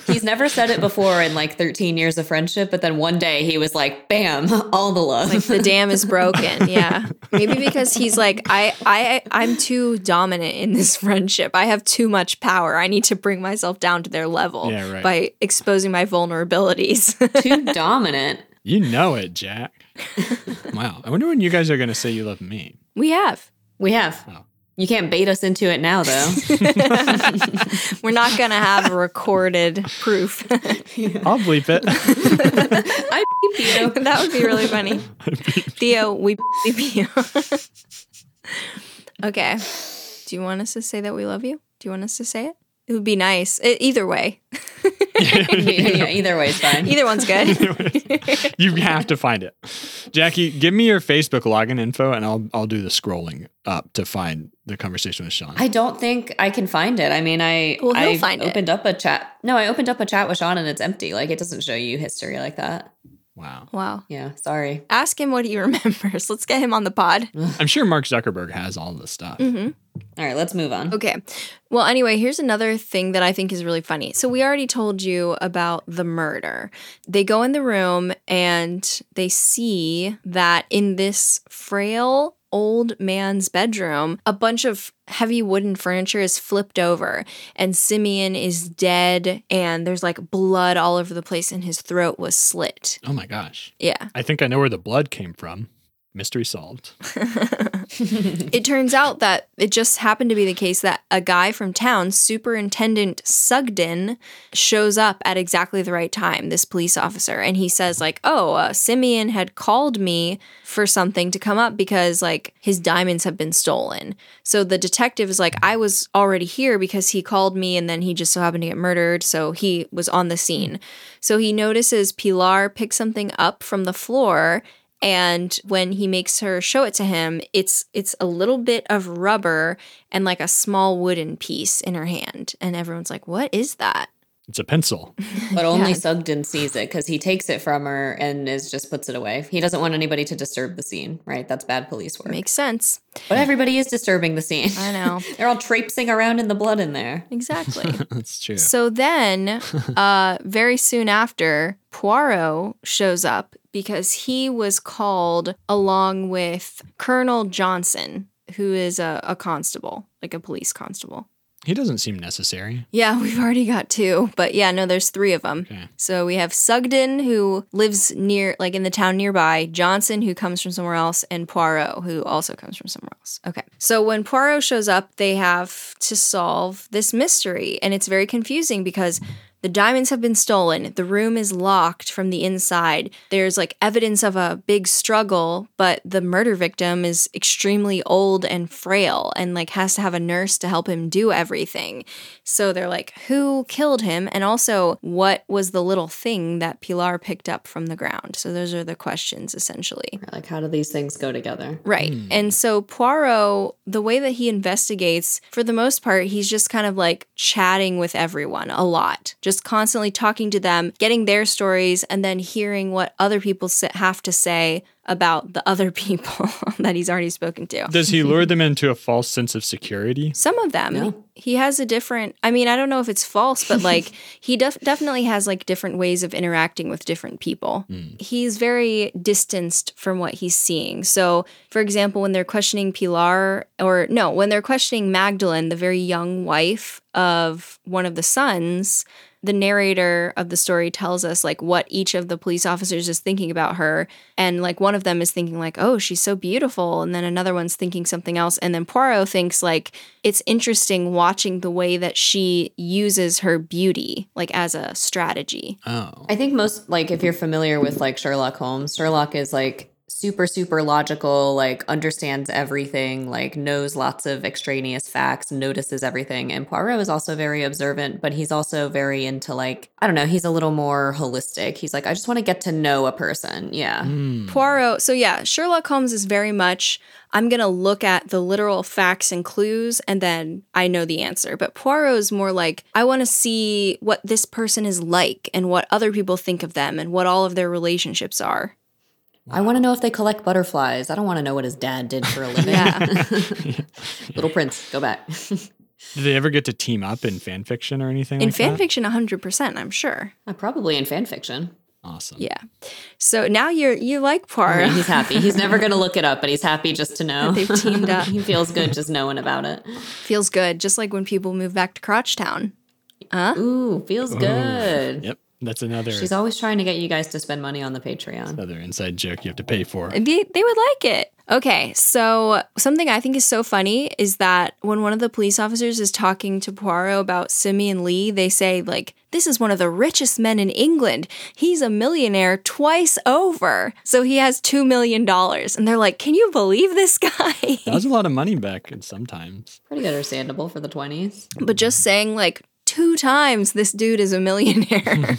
He's never said it before in like 13 years of friendship, but then one day he was like, bam, [laughs] all the love. [laughs] like the dam is [laughs] broken. Yeah. Maybe because he's like I I I'm too dominant in this friendship. I have too much power. I need to bring myself down to their level Yeah, right. by exposing my vulnerabilities. [laughs] Too dominant. You know it, [laughs] Jack. wow. I wonder when you guys are going to say you love me. we have. We have. Oh. You can't bait us into it [laughs] now, though. We're not going to [laughs] have recorded proof. I'll bleep it. [laughs] I beep [laughs] you. that would be really funny. [laughs] Theo, we beep you. [laughs] okay. Do you want us to say that we love you? Do you want us to say it? It would be nice. E- either way, Yeah, yeah, either way is fine. either [laughs] one's good. you have to find it. Jackie, give me your Facebook login info and I'll I'll do the scrolling up to find the conversation with Sean. I don't think I can find it. I mean, I Well, he'll I find it. opened up a chat. No, I opened up a chat with Sean and it's empty. Like it doesn't show you history like that. wow. wow. Yeah, sorry. Ask him what he [laughs] remembers. Let's get him on the pod. I'm sure Mark Zuckerberg has all this stuff. Mm. hmm All right, let's move on. Okay. Well, anyway, here's another thing that I think is really funny. So, we already told you about the murder. They go in the room and they see that in this frail old man's bedroom, a bunch of heavy wooden furniture is flipped over, and Simeon is dead, and there's like blood all over the place, and his throat was slit. Oh my gosh. Yeah. I think I know where the blood came from. Mystery solved. It turns out that it just happened to be the case that a guy from town, Superintendent Sugden, shows up at exactly the right time, this police officer. And he says, like, oh, uh, Simeon had called me for something to come up because, like, his diamonds have been stolen. So the detective is like, I was already here because he called me and then he just so happened to get murdered. So he was on the scene. So he notices Pilar pick something up from the floor and when he makes her show it to him it's it's a little bit of rubber and like a small wooden piece in her hand and everyone's like what is that It's a pencil. [laughs] But only Yeah. Sugden sees it because he takes it from her and is just puts it away. He doesn't want anybody to disturb the scene, right? That's bad police work. makes sense But everybody is disturbing the scene. i know [laughs] They're all traipsing around in the blood in there. exactly That's true. so then uh very soon after poirot shows up because he was called along with colonel johnson who is a, a constable like a police constable He doesn't seem necessary. Yeah, [laughs] we've already got two, but yeah, no, there's three of them. Okay. So we have Sugden, who lives near, like in the town nearby, Johnson, who comes from somewhere else, and Poirot, who also comes from somewhere else. Okay. So when Poirot shows up, they have to solve this mystery, and it's very confusing because the diamonds have been stolen. The room is locked from the inside. There's like evidence of a big struggle, but the murder victim is extremely old and frail and like has to have a nurse to help him do everything. So they're like, who killed him? And also, what was the little thing that Pilar picked up from the ground? So those are the questions essentially. Like, how do these things go together? Right. And so Poirot, the way that he investigates, for the most part, he's just kind of like chatting with everyone a lot, just constantly talking to them, getting their stories, and then hearing what other people sa- have to say about the other [laughs] people that he's already spoken to. Does he lure them into a false sense of security? Some of them. No. He has a different, I mean, I don't know if it's false, but like he def- definitely has like different ways of interacting with different people. He's very distanced from what he's seeing. So, for example, when they're questioning Pilar, or no, when they're questioning Magdalene, the very young wife of one of the sons, the narrator of the story tells us like what each of the police officers is thinking about her and like one of them is thinking like oh she's so beautiful and then another one's thinking something else and then poirot thinks like it's interesting watching the way that she uses her beauty like as a strategy Oh. I think most like if you're familiar with like Sherlock Holmes, Sherlock is like super super logical, like understands everything, like knows lots of extraneous facts, notices everything. And Poirot is also very observant, but he's also very into like I don't know, he's a little more holistic. He's like I just want to get to know a person. Yeah. Hmm. Mm. Poirot. So yeah, Sherlock Holmes is very much I'm going to look at the literal facts and clues and then I know the answer. But Poirot is more like I want to see what this person is like and what other people think of them and what all of their relationships are. I want to know if they collect butterflies. I don't want to know what his dad did for a living. Yeah. [laughs] little prince, go back. [laughs] Did they ever get to team up in fan fiction or anything? In like fan that? fiction 100%, I'm sure. Uh, Probably in fan fiction. Awesome. Yeah. So now you're you like I mean, Poirot. he's happy. He's never going to look it up, but he's happy just to know. That they've teamed up. [laughs] he feels good just knowing about it. [laughs] Feels good just like when people move back to Crotchtown. Ooh, feels good. Yep. That's another She's always trying to get you guys to spend money on the Patreon. another inside joke you have to pay for. It'd be- they would like it. Okay, so something I think is so funny is that when one of the police officers is talking to Poirot about Simeon Lee, they say, like, this is one of the richest men in England. He's a millionaire twice over. So he has $2 million. And they're like, can you believe this guy? [laughs] That was a lot of money back in sometimes. Pretty understandable for the 20s. but just saying, like, two times this dude is a millionaire. [laughs]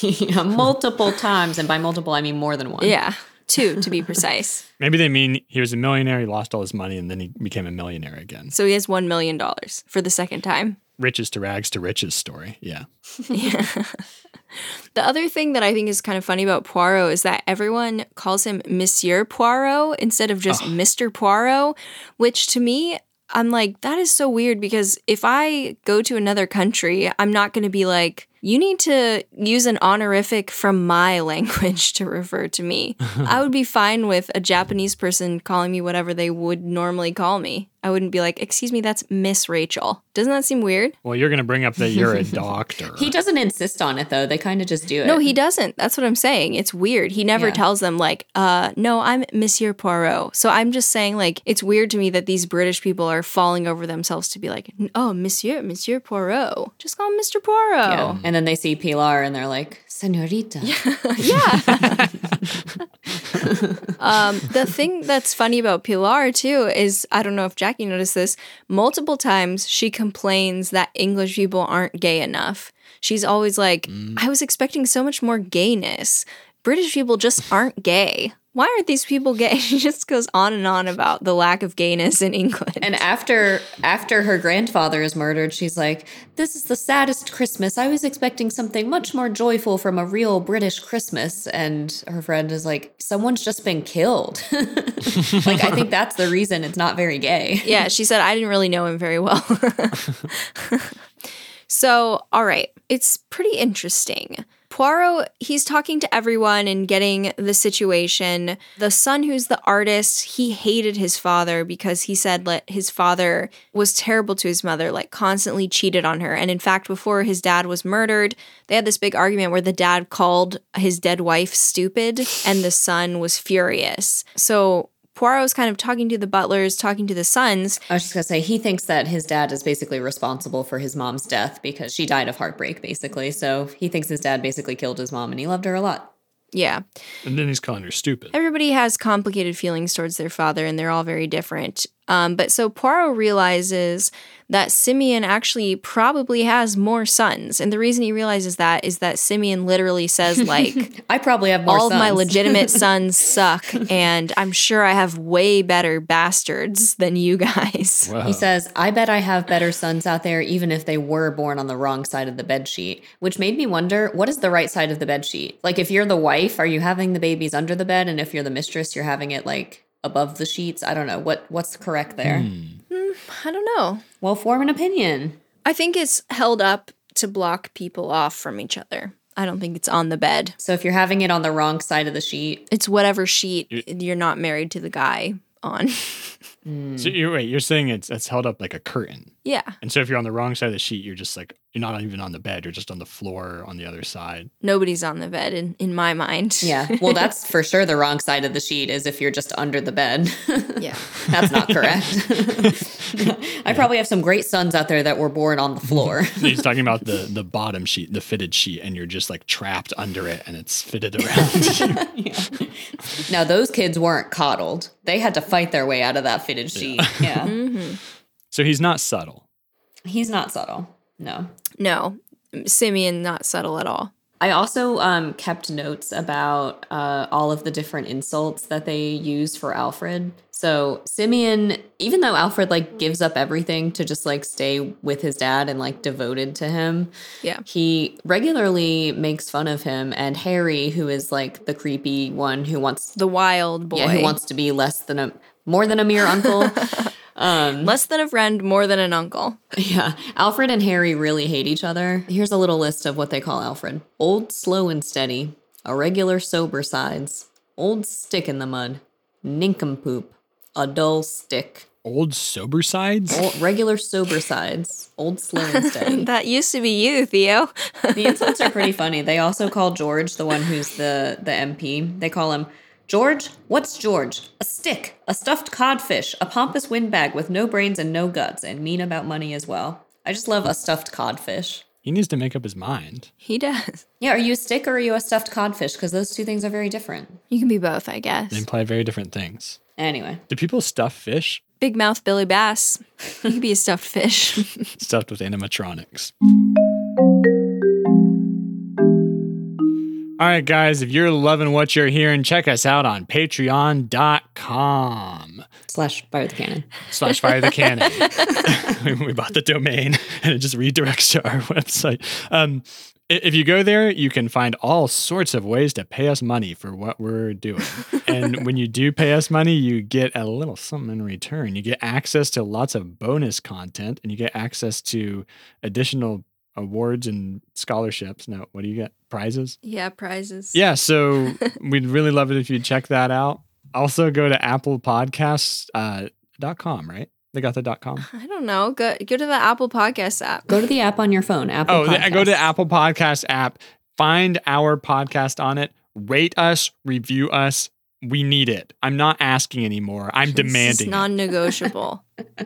Yeah, multiple times, and by multiple, I mean more than one. yeah, two to be precise. Maybe they mean he was a millionaire, he lost all his money, and then he became a millionaire again. So he has $1 million for the second time. Riches to rags to riches story. Yeah. The other thing that I think is kind of funny about Poirot is that everyone calls him Monsieur Poirot instead of just Mr. Poirot, which to me, I'm like, that is so weird because if I go to another country, I'm not going to be like, you need to use an honorific from my [laughs] language to refer to me. I would be fine with a Japanese person calling me whatever they would normally call me. I wouldn't be like, excuse me, that's Miss Rachel. Doesn't that seem weird? Well, you're going to bring up that you're [laughs] a doctor. He doesn't insist on it, though. They kind of just do it. No, he doesn't. That's what I'm saying. It's weird. He never Yeah. tells them like, uh, no, I'm Monsieur Poirot. So I'm just saying like it's weird to me that these British people are falling over themselves to be like, oh, Monsieur, Monsieur Poirot. Just call him Mr. Yeah. Poirot. And then they see Pilar and they're like, Senorita. Oh. Yeah. [laughs] um, the thing that's funny about Pilar too is I don't know if Jackie noticed this. Multiple times she complains that English people aren't gay enough. She's always like, I was expecting so much more gayness. British people just aren't gay. Why aren't these people gay? [laughs] She just goes on and on about the lack of gayness in England. And after after her grandfather is murdered, she's like, "This is the saddest Christmas. I was expecting something much more joyful from a real British Christmas." And her friend is like, "Someone's just been killed." [laughs] like I think that's the reason it's not very gay. yeah, she said I didn't really know him very well. [laughs] so, all right, it's pretty interesting. Poirot, he's talking to everyone and getting the situation. The son, who's the artist, he hated his father because he said that his father was terrible to his mother, like constantly cheated on her. And in fact, before his dad was murdered, they had this big argument where the dad called his dead wife stupid and the son was furious. So Poirot's kind of talking to the butlers, talking to the sons, I was just gonna say he thinks that his dad is basically responsible for his mom's death because she died of heartbreak, basically. So he thinks his dad basically killed his mom, and he loved her a lot. Yeah. and then he's calling her stupid. Everybody has complicated feelings towards their father and they're all very different. Um, but so Poirot realizes that Simeon actually probably has more sons. And the reason he realizes that is that Simeon literally [laughs] says, like, I probably have more all of my sons. [laughs] legitimate sons suck, and I'm sure I have way better bastards than you guys. Wow. He says, I bet I have better sons out there, even if they were born on the wrong side of the bedsheet, which made me wonder what is the right side of the bedsheet? Like, if you're the wife, are you having the babies under the bed? And if you're the mistress, you're having it like above the sheets? I don't know. what What's correct there? I don't know. Well, form an opinion. I think it's held up to block people off from each other. I don't think it's on the bed. So, if you're having it on the wrong side of the sheet, It's whatever sheet you're not married to the guy on. [laughs] So you're wait, you're saying it's it's held up like a curtain. yeah. And so if you're on the wrong side of the sheet, you're just like you're not even on the bed, you're just on the floor on the other side. Nobody's on the bed in, in my mind. [laughs] yeah. Well, that's for sure the wrong side of the sheet is if you're just under the bed. [laughs] Yeah. That's not correct. [laughs] I probably have some great sons out there that were born on the floor. He's talking about the the bottom sheet, the fitted sheet, and you're just like trapped under it and it's fitted [laughs] around. you. Now those kids weren't coddled. They had to fight their way out of that fitted sheet. Yeah. Mm-hmm. so he's not subtle. He's not subtle. No. No. Simeon, not subtle at all. I also um, kept notes about uh, all of the different insults that they use for Alfred. So Simeon, even though Alfred like gives up everything to just like stay with his dad and like devoted to him, Yeah. he regularly makes fun of him and Harry, who is like the creepy one who wants The wild boy. yeah who wants to be less than a more than a mere [laughs] uncle. um, Less than a friend, more than an uncle. Yeah, Alfred and Harry really hate each other. Here's a little list of what they call Alfred old, slow, and steady, a regular sober sides, old stick in the mud, nincompoop, a dull stick, Old sober sides? old, regular sober sides, old, slow, and [laughs] steady. That used to be you, Theo. [laughs] the insults are pretty funny. They also call George, the one who's the, the MP, they call him. George, what's George? A stick, a stuffed codfish, a pompous windbag with no brains and no guts, and mean about money as well. I just love a stuffed codfish. He needs to make up his mind. he does. Yeah, are you a stick or are you a stuffed codfish? Because those two things are very different. You can be both, I They guess. imply very different things. Anyway, Do people stuff fish? Big mouth Billy Bass. You [laughs] could be a stuffed fish. Stuffed with animatronics. All right, guys, if you're loving what you're hearing, check us out on patreon.com slash fire with cannon. slash fire the cannon. [laughs] we bought the domain and it just redirects to our [laughs] website. Um, i- if you go there, you can find all sorts of ways to pay us money for what we're doing. and when you do pay us money, you get a little something in return. You get access to lots of bonus content and you get access to additional awards and scholarships. No, what do you get? Prizes? yeah, prizes. Yeah, so we'd really love it if you check that out. Also, go to Apple Podcasts uh, dot com, right? They got the dot com. I don't know. Go go to the Apple Podcast app. Go to the app on your phone. Apple. Oh, th- go to Podcasts. Apple Podcast app, find our podcast on it, rate us, review us. We need it. I'm not asking anymore. I'm It's demanding. it. non-negotiable. [laughs]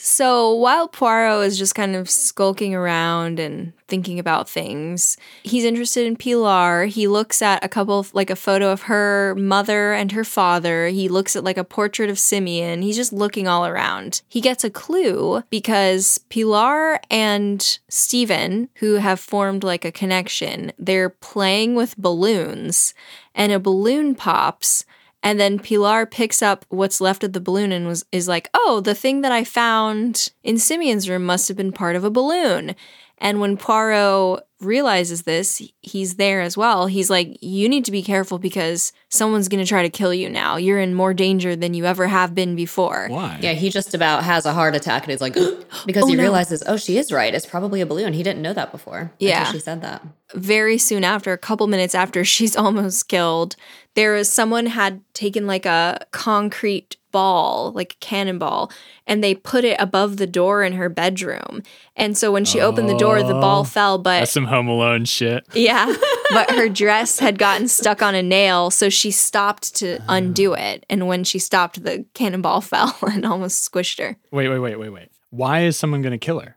so while Poirot is just kind of skulking around and thinking about things, he's interested in Pilar. He looks at a couple of, like a photo of her mother and her father. He looks at like a portrait of Simeon. He's just looking all around. He gets a clue because Pilar and Stephen, who have formed like a connection, they're playing with balloons and a balloon pops and then Pilar picks up what's left of the balloon and was is like, "Oh, the thing that I found in Simeon's room must have been part of a balloon." And when Poirot realizes this, he's there as well. He's like, "You need to be careful because someone's going to try to kill you now. You're in more danger than you ever have been before." Why? Yeah, he just about has a heart attack and is like, [gasps] because he no. realizes, oh, she is right. It's probably a balloon. He didn't know that before. Yeah. Until she said that. very soon after, a couple minutes after [laughs] she's almost killed, there is someone had taken like a concrete ball, like a cannonball, and they put it above the door in her bedroom. And so when she opened the door, the ball Oh, fell, That's but some Home Alone shit. [laughs] yeah, but her dress had gotten stuck on a nail, so she stopped Uh-huh. to undo it. And when she stopped, [laughs] the cannonball fell and almost squished her. Wait, wait, wait, wait, wait. Why is someone going to kill her?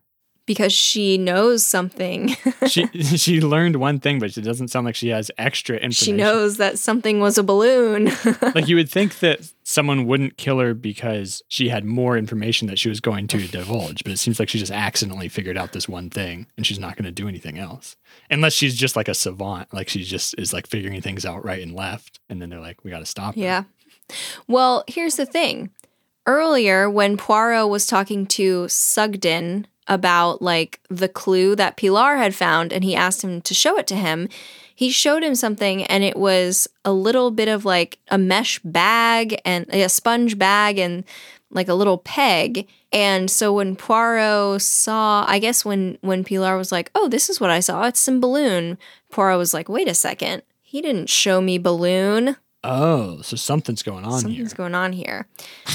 because she knows something. [laughs] [laughs] she she learned one thing, but it doesn't sound like she has extra information. she knows that something was a balloon. [laughs] Like you would think that someone wouldn't kill her because she had more information that she was going to divulge, but it seems like she just accidentally figured out this one thing and she's not going to do anything else. Unless she's just like a savant, like she just is like figuring things out right and left and then they're like we got to stop her. yeah. Well, here's the thing. Earlier, when Poirot was talking to Sugden about like the clue that Pilar had found, and he asked him to show it to him, he showed him something, and it was a little bit of like a mesh bag and a sponge bag and like a little peg. And so when Poirot saw, I guess when when Pilar was like, "Oh, this is what I saw. It's some balloon." Poirot was like, "Wait a second. He didn't show me balloon. Oh, so something's going on here. Something's going on here. [laughs]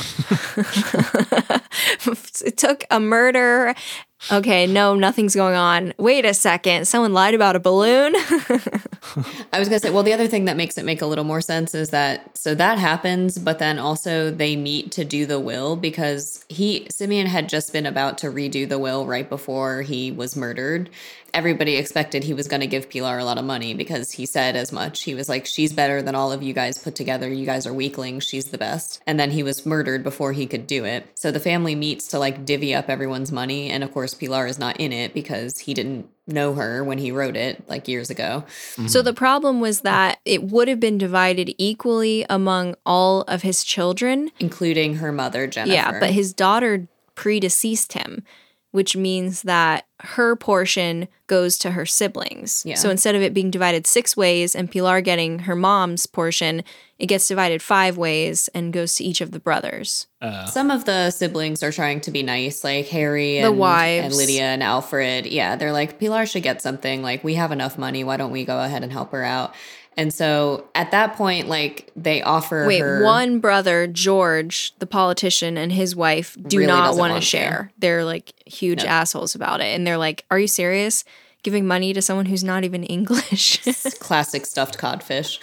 it took a murder. Okay, no, nothing's going on. Wait a second. Someone lied about a balloon. [laughs] I was gonna say, well, the other thing that makes it make a little more sense is that so that happens, but then also they meet to do the will because he Simeon had just been about to redo the will right before he was murdered. Everybody expected he was gonna give Pilar a lot of money because he said as much. He was like, She's better than all of you guys put together. You guys are weaklings, she's the best. And then he was murdered before he could do it. So the family meets to like divvy up everyone's money, and of course Pilar is not in it because he didn't know her when he wrote it like years ago. so the problem was that it would have been divided equally among all of his children. including her mother Jennifer. Yeah, but his daughter predeceased him, which means that her portion goes to her siblings. Yeah. So instead of it being divided six ways and Pilar getting her mom's portion, it gets divided five ways and goes to each of the brothers. Uh, some of the siblings are trying to be nice, like Harry and The wives. and Lydia and Alfred. Yeah, they're like Pilar should get something. Like we have enough money, why don't we go ahead and help her out? And so at that point, like they offer Wait, her one brother, George, the politician, and his wife do Really not doesn't want to want to. share. They're like huge No. assholes about it. And they're like, Are you serious? Giving money to someone who's not even [laughs] [laughs] English. classic stuffed codfish.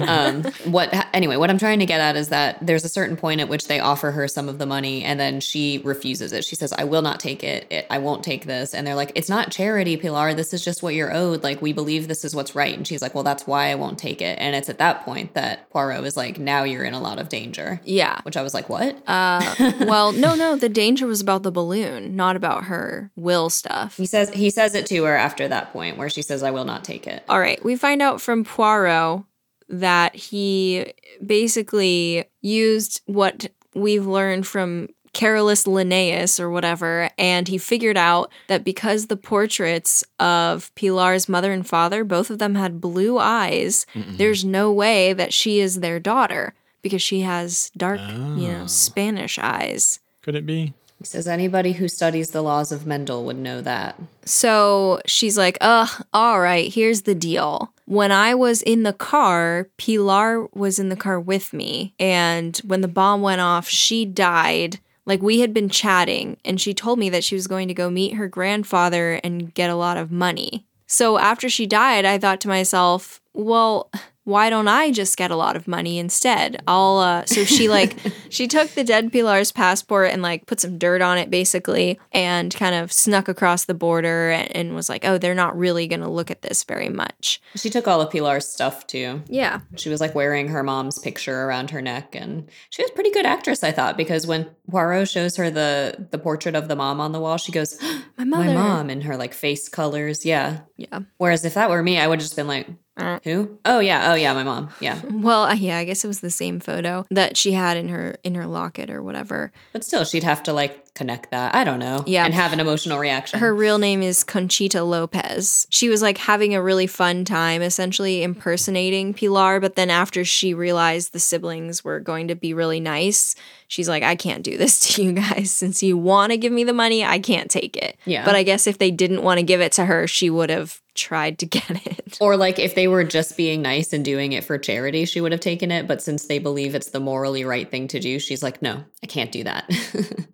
Um, what anyway? What I'm trying to get at is that there's a certain point at which they offer her some of the money, and then she refuses it. She says, "I will not take it. it I won't take this." And they're like, "It's not charity, Pilar. This is just what you're owed. Like we believe this is what's right." And she's like, "Well, that's why I won't take it." And it's at that point that Poirot is like, "Now you're in a lot of danger." yeah. Which I was like, "What?" Um, Uh, well, no, no. The danger was about the balloon, not about her will stuff. he says he says it to her after that point where she says, "I will not take it." All right, we find out from Poirot that he basically used what we've learned from careless Linnaeus or whatever, and he figured out that because the portraits of Pilar's mother and father, both of them had blue eyes, mm-mm. there's no way that she is their daughter because she has dark, you Oh. know, Spanish eyes. Could it be? He says, "Anybody who studies the laws of Mendel would know that." So she's like, ugh, all right, here's the deal. When I was in the car, Pilar was in the car with me. And when the bomb went off, she died. Like we had been chatting, and she told me that she was going to go meet her grandfather and get a lot of money. So after she died, I thought to myself, well, why don't I just get a lot of money instead? I'll uh so she [laughs] like she took the dead Pilar's passport and like put some dirt on it basically and kind of snuck across the border and, and was like, "Oh, they're not really going to look at this very much." She took all of Pilar's stuff too. Yeah. She was like wearing her mom's picture around her neck, and she was a pretty good actress, I thought, because when Poirot shows her the the portrait of the mom on the wall, she goes, [gasps] My "My mother. mom," in her like face colors. Yeah. Yeah. Whereas if that were me, I would have just been like, Uh. "Who? Oh yeah, oh yeah, my mom. [laughs] Yeah." Well, uh, yeah, I guess it was the same photo that she had in her in her locket or whatever. But still, she'd have to like connect that. I don't know. Yeah. And have an emotional reaction. Her real name is Conchita Lopez. She was like having a really fun time essentially impersonating Pilar, but then after she realized the siblings were going to be really nice, she's like, I can't do this [laughs] to you guys. Since you want to give me the money, I can't take it. Yeah. But I guess if they didn't want to give it to her, she would have tried to get it. Or like if they were just being nice and doing it for charity, she would have taken it. But since they believe it's the morally right thing to do, she's like, no, I can't do that. [laughs]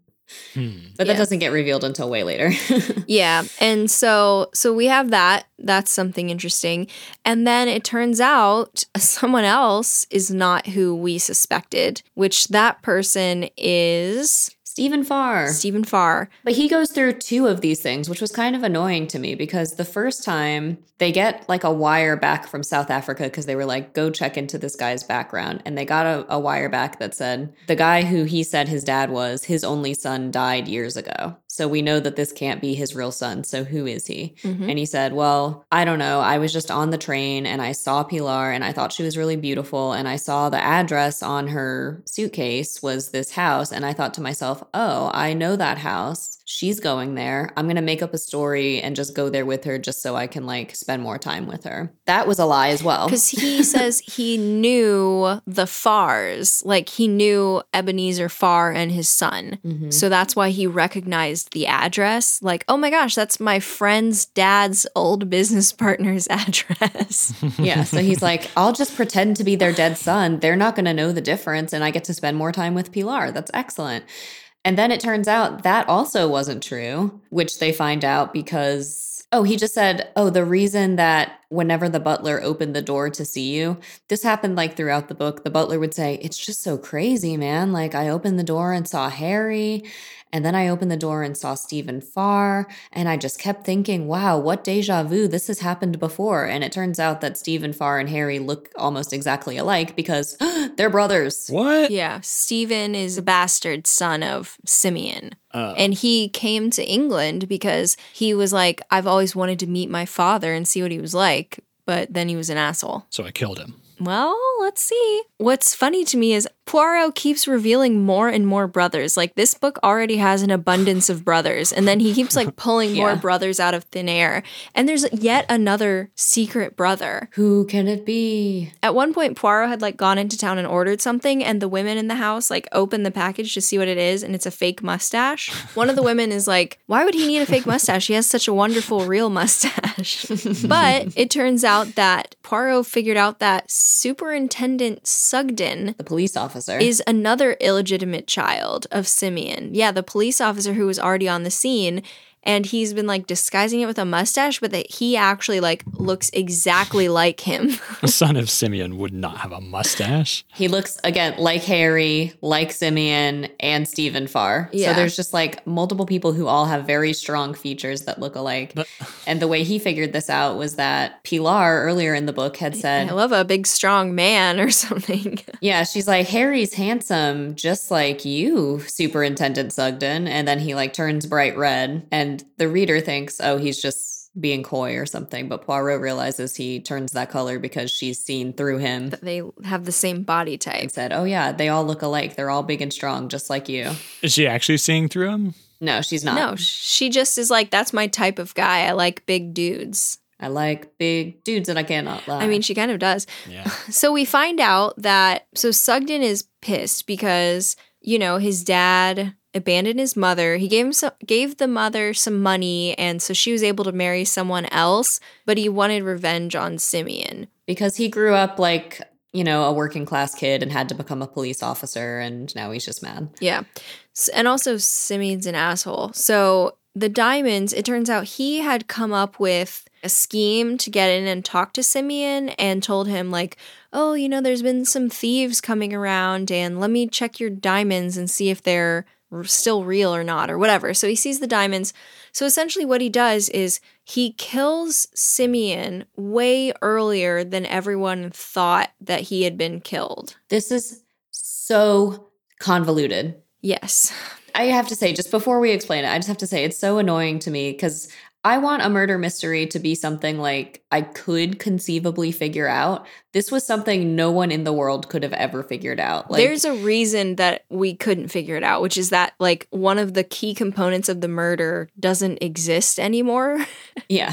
Hmm. but Yeah. that doesn't get revealed until way later. [laughs] yeah. And so so we have that. That's something interesting. And then it turns out [laughs] someone else is not who we suspected, which that person is Stephen Farr. Stephen Farr. But he goes through two of these things, which was kind of annoying to me because the first time they get like a wire back from South Africa because they were like, go check into this guy's background. And they got a, a wire back that said, the guy who he said his dad was, his only son died years ago. So we know that this can't be his real son. So who is he? Mhm. And he said, Well, I don't know. I was just on the train and I saw Pilar and I thought she was really beautiful. And I saw the address on her suitcase was this house. And I thought to myself, Oh, I know that house. She's going there. I'm going to make up a story and just go there with her just so I can like spend more time with her. That was a lie as well. Because he says he knew the Farrs, like he knew Ebenezer Farr and his son. Mhm. So that's why he recognized the address. Like, oh my gosh, that's my friend's dad's old business partner's [laughs] address. yeah. So he's like, I'll just pretend to be their dead son. They're not going to know the difference. And I get to spend more time with Pilar. That's excellent. And then it turns out that also wasn't true, which they find out because, oh, he just said, oh, the reason that whenever the butler opened the door to see you, this happened like throughout the book, the butler would say, it's just so crazy, man. Like I opened the door and saw Harry. And then I opened the door and saw Stephen Farr. And I just kept thinking, wow, what deja vu. This has happened before. And it turns out that Stephen Farr and Harry look almost exactly alike because [gasps] they're brothers. What? yeah. Stephen is a bastard son of Simeon. Uh, And he came to England because he was like, I've always wanted to meet my father and see what he was like. But then he was an asshole. so I killed him. Well, let's see. What's funny to me is Poirot keeps revealing more and more brothers. Like this book already has an abundance of brothers, and then he keeps like pulling more Yeah. brothers out of thin air. And there's yet another secret brother. Who can it be? At one point, Poirot had like gone into town and ordered something, and the women in the house like open the package to see what it is, and it's a fake mustache. One of the women is like, Why would he need a fake mustache? He has such a wonderful real mustache. but it turns out that Poirot figured out that Superintendent Sugden The police officer. is another illegitimate child of Simeon. Yeah, the police officer who was already on the scene and he's been like disguising it with a mustache but that he actually like looks exactly like him. The son of Simeon would not have a mustache. He looks again like Harry, like Simeon, and Stephen Farr. Yeah. So there's just like multiple people who all have very strong features that look alike. [laughs] But- and the way he figured this out was that Pilar earlier in the book had I said, love a big strong man or [laughs] something. Yeah, she's like, Harry's handsome, just like you, Superintendent Sugden. And then he like turns bright red, and the reader thinks, Oh, he's just being coy or something. But Poirot realizes he turns that color because she's seen through him. That they have the same body and type. said, "Oh yeah, they all look alike. They're all big and strong, just like you." Is she actually seeing through him? No, she's not. No, she just is like that's my type of guy. I like big dudes. I like big dudes, and I cannot lie. I mean, she kind of does. Yeah. So we find out that so Sugden is pissed because you know his dad abandoned his mother. He gave him some, gave the mother some money, and so she was able to marry someone else. But he wanted revenge on Simeon. because he grew up like you know a working class kid and had to become a police officer, and now he's just mad. Yeah, S- and also Simeon's an asshole. So the diamonds. It turns out he had come up with a scheme to get in and talk to Simeon, and told him like oh, you know, there's been some thieves coming around and let me check your diamonds and see if they're r- still real or not or whatever. So he sees the diamonds. So essentially, what he does is he kills Simeon way earlier than everyone thought that he had been killed. This is so convoluted. Yes. I have to say, just before we explain it, I just have to say it's so annoying to me because I want a murder mystery to be something like I could conceivably figure out. This was something no one in the world could have ever figured out. Like, There's a reason that we couldn't figure it out, which is that, like, one of the key components of the murder doesn't exist anymore. [laughs] yeah.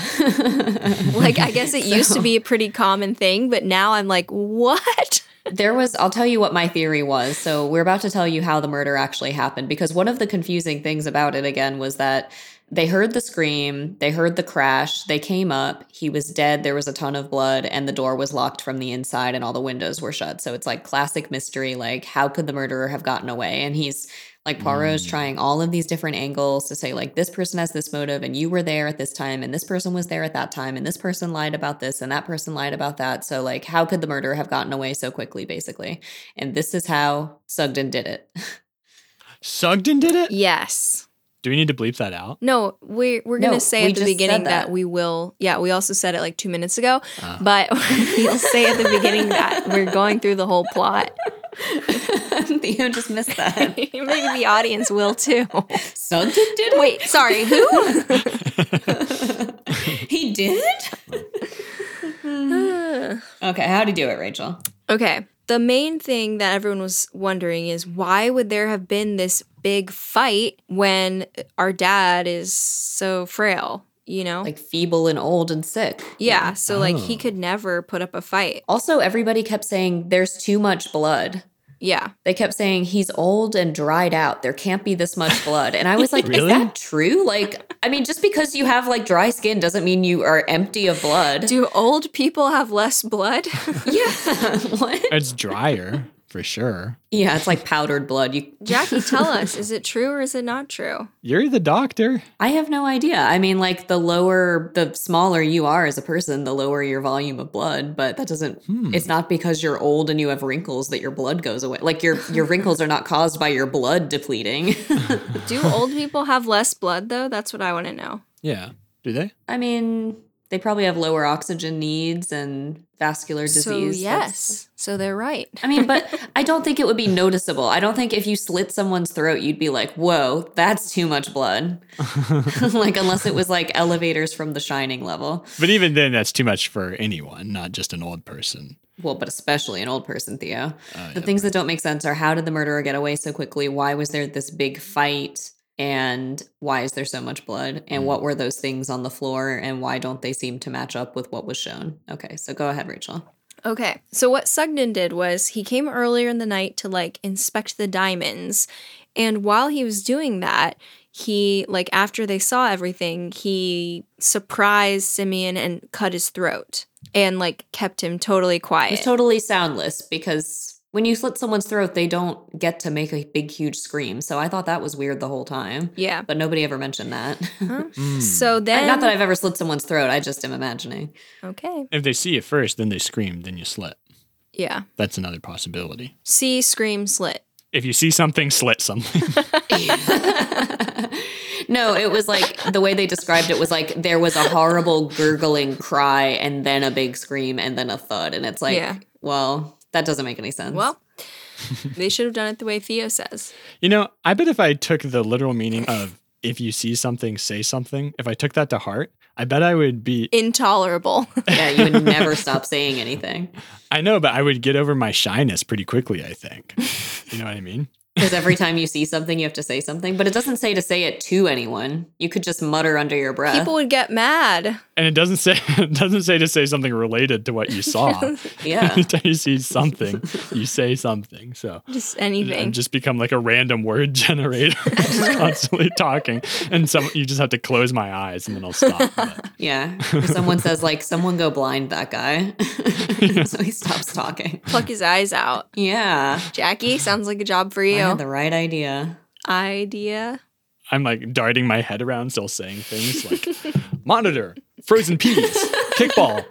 like, I [laughs] guess it used to So- be a pretty common thing, but now I'm like, what? [laughs] There was, I'll tell you what my theory was. So, we're about to tell you how the murder actually happened because one of the confusing things about it again was that they heard the scream, they heard the crash, they came up, he was dead, there was a ton of blood, and the door was locked from the inside and all the windows were shut. So, it's like classic mystery like, how could the murderer have gotten away? And he's like, Poirot's trying all of these different angles to say, like, this person has this motive, and you were there at this time, and this person was there at that time, and this person lied about this, and that person lied about that. So, like, how could the murderer [laughs] have gotten away so quickly, basically? And this is how Sugden did it. Sugden did it? Yes. Do we need to bleep that out? No, we we're No, gonna say we at the just beginning said that. that. we will. Yeah, we also said it like two minutes ago, Ah. but [laughs] we'll say at the beginning that we're going through the whole plot. [laughs] Theo just missed that. Maybe the audience will too. Sugden did it? Wait, sorry, who? [laughs] He did? Okay, how'd he do it, Rachel? Okay. The main thing that everyone was wondering is why would there have been this big fight when our dad is so frail, you know? Like feeble and old and sick. yeah, so like he Oh. could never put up a fight. Also, everybody kept saying there's too much blood. Yeah. They kept saying he's old and dried out. There can't be this much blood. And I was [laughs] like, Really? is that true? Like, I mean, just because you have like dry skin doesn't mean you are empty of [laughs] blood. Do old people have less [laughs] blood? yeah. what? It's drier for sure. Yeah, it's like powdered blood. You Jackie, tell us, is it true or is it not true? You're the doctor. I have no idea. I mean, like the lower the smaller you are as a person, the lower your volume of blood, but that doesn't Hmm. it's not because you're old and you have wrinkles that your blood goes away. Like your [laughs] your wrinkles are not caused by your blood depleting. [laughs] Do old people have less blood though? That's what I want to know. Yeah. Do they? I mean, they probably have lower oxygen needs and vascular disease. So That's- yes. So they're right. I [laughs] mean, but I don't think it would be noticeable. I don't think if you slit someone's throat, you'd be like, whoa, that's too [laughs] much blood. [laughs] like, unless it was like elevators from the shining level. But even then, that's too much for anyone, not just an old person. Well, but especially an old person, Theo. Uh, The things that don't make sense are how did the murderer get away so quickly? Why was there this big fight? And why is there so much blood? And what were those things on the floor? And why don't they seem to match up with what was shown? Okay, so go ahead, Rachel. Okay. So what Sugden did was he came earlier in the night to like inspect the diamonds. And while he was doing that, he like after they saw everything, he surprised Simeon and cut his throat and like kept him totally quiet. It's totally soundless because when you slit someone's throat, they don't get to make a big, huge scream. So I thought that was weird the whole time. yeah. But nobody ever mentioned that. [laughs] Mm. So then Not that I've ever slit someone's throat. I just am imagining. Okay. if they see you first, then they scream, then you slit. Yeah. That's another possibility. See scream slit. If you see something, slit something. [laughs] no, it was like the way they described it was like there was a horrible gurgling cry and then a big scream and then a thud. And it's like, Yeah. well, that doesn't make any sense. [laughs] Well, they should have done it the way Theo says. [laughs] you know, I bet if I took the literal meaning of if you see something, say something, if I took that to heart, I bet I would be, Intolerable. yeah, you would [laughs] never stop saying anything I know, but I would get over my shyness pretty quickly, I think. you know what I mean? because every time you see something, you have to say something. But it doesn't say to say it to anyone. You could just mutter under your breath. People would get mad. And it doesn't say [laughs] it doesn't say to say something related to what you [laughs] saw. [laughs] yeah. Anytime you see something, you say something. So Just and anything. just become like a random word [laughs] generator, just [laughs] constantly talking. And some you just have to close my eyes and then I'll stop. [laughs] But Yeah. If someone says, like, someone go blind that guy. [laughs] so he stops talking. Pluck his eyes out. Yeah. Jackie, sounds like a job for I you. had the right idea. idea. I'm like darting my head around, still saying things like monitor, frozen peas, [laughs] kickball.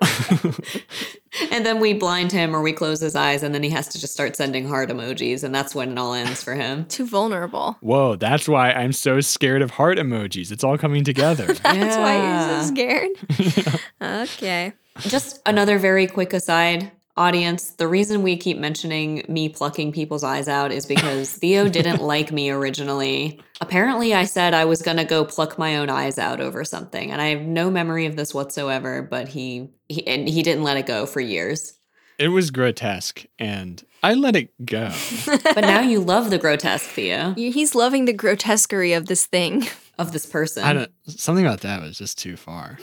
And then we blind him or we close his eyes, and then he has to just start sending heart emojis, and that's when it all ends for him. Too vulnerable. [laughs] Whoa, that's why I'm so scared of heart emojis. It's all coming together. That's why you're Yeah. so scared. okay. Just another very quick aside, audience. The reason we keep mentioning me plucking people's eyes out [laughs] is because Theo didn't like me originally. Apparently, I said I was going to go pluck my own eyes out over something, and I have no memory of this whatsoever. But he, he and he didn't let it go for years. It was grotesque and I let it go. But now you love the grotesque, Theo, You- He's loving the grotesquerie of this thing. [laughs] of this I person. don't something about that was just too far.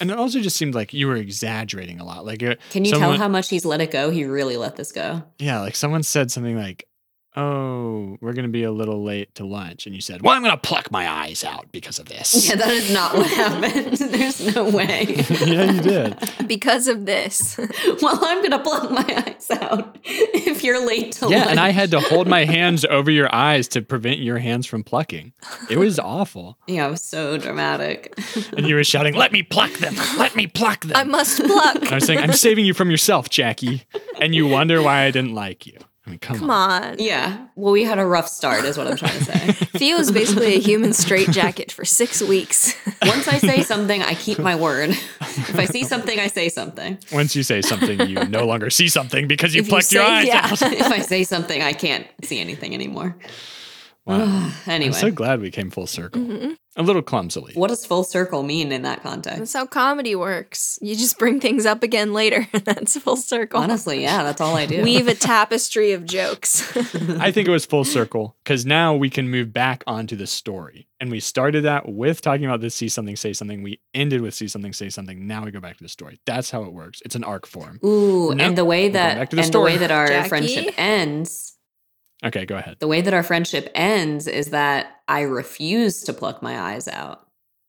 And it also just seemed like you were exaggerating a lot. Like it, Can you someone- tell how much he's let it go? He really let this go. Yeah, like someone said something like, "Oh, we're gonna be a little late to lunch," and you said, "Well, I'm gonna pluck my eyes out because of this." Yeah, that is not what happened. [laughs] There's no way. [laughs] [laughs] yeah, you did. [laughs] Because of this. [laughs] well, I'm gonna plug my eyes out if you're late to Yeah, lunch. and I had to hold my hands over your eyes to prevent your hands from plucking. It was awful. yeah, it was so dramatic. And you were shouting, "Let me pluck them! Let me pluck them!" I must pluck. [laughs] I was saying, "I'm saving you from yourself, Jackie," and you wonder why I didn't like you. I mean, come, Come on. on. Yeah. Well, we had a rough start, is what I'm trying [laughs] to say. Theo is basically a human straitjacket for six weeks. [laughs] Once I say something, I keep my word. If I see something, I say something. Once you say something, you [laughs] no longer see something because you If you plucked your say- eyes yeah. [laughs] out. If I say something, I can't see anything anymore. [sighs] Wow. I'm Anyway, so glad we came full circle. Mm-hmm. A little clumsily. what does full circle mean in that context? That's how comedy works. You just bring things up again later. [laughs] That's full circle. Honestly, yeah, that's all I do. Weave a tapestry of jokes. [laughs] I think it was full circle because now we can move back onto the story. And we started that with talking about this see something, say something. We ended with see something, say something. Now we go back to the story. That's how it works. It's an arc form. Ooh, No, and the way we're going back that to the and the way story. that our Jackie? friendship ends, Okay, go [laughs] ahead. the way that our friendship ends is that I refuse to pluck my eyes out.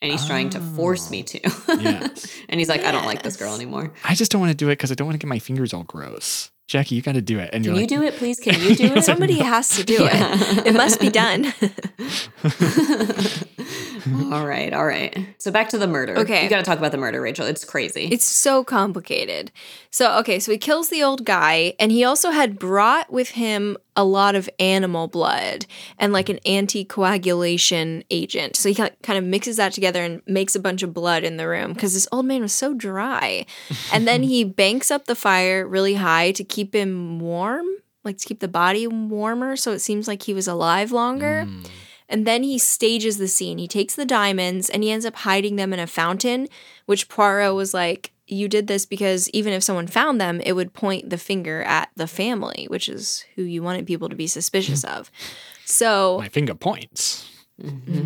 And he's trying to force me to. Yes. [laughs] and he's like, I don't like this girl Oh. Yes. anymore. I just don't want to do it because I don't want to get my fingers all gross. Jackie, you got to do it. And Can you're you do it, please? Can you do it? Somebody has to [laughs] do it. It must be done. [laughs] all right, all right. So back to the murder. Okay. You got to talk about the murder, Rachel. It's crazy. It's so complicated. So, okay, so he kills the old guy, and he also had brought with him a lot of animal blood and like an anticoagulation agent. So he ki- kind of mixes that together and makes a bunch of blood in the room because this old man was so dry. And then he banks up the fire really high to keep him warm, like to keep the body warmer. So it seems like he was alive longer. "Mm, And then he stages the scene. He takes the diamonds and he ends up hiding them in a fountain, which Poirot was like, You did this because even if someone found them, it would point the finger at the family, which is who you wanted people to be suspicious of. So, my finger points. Mm-hmm.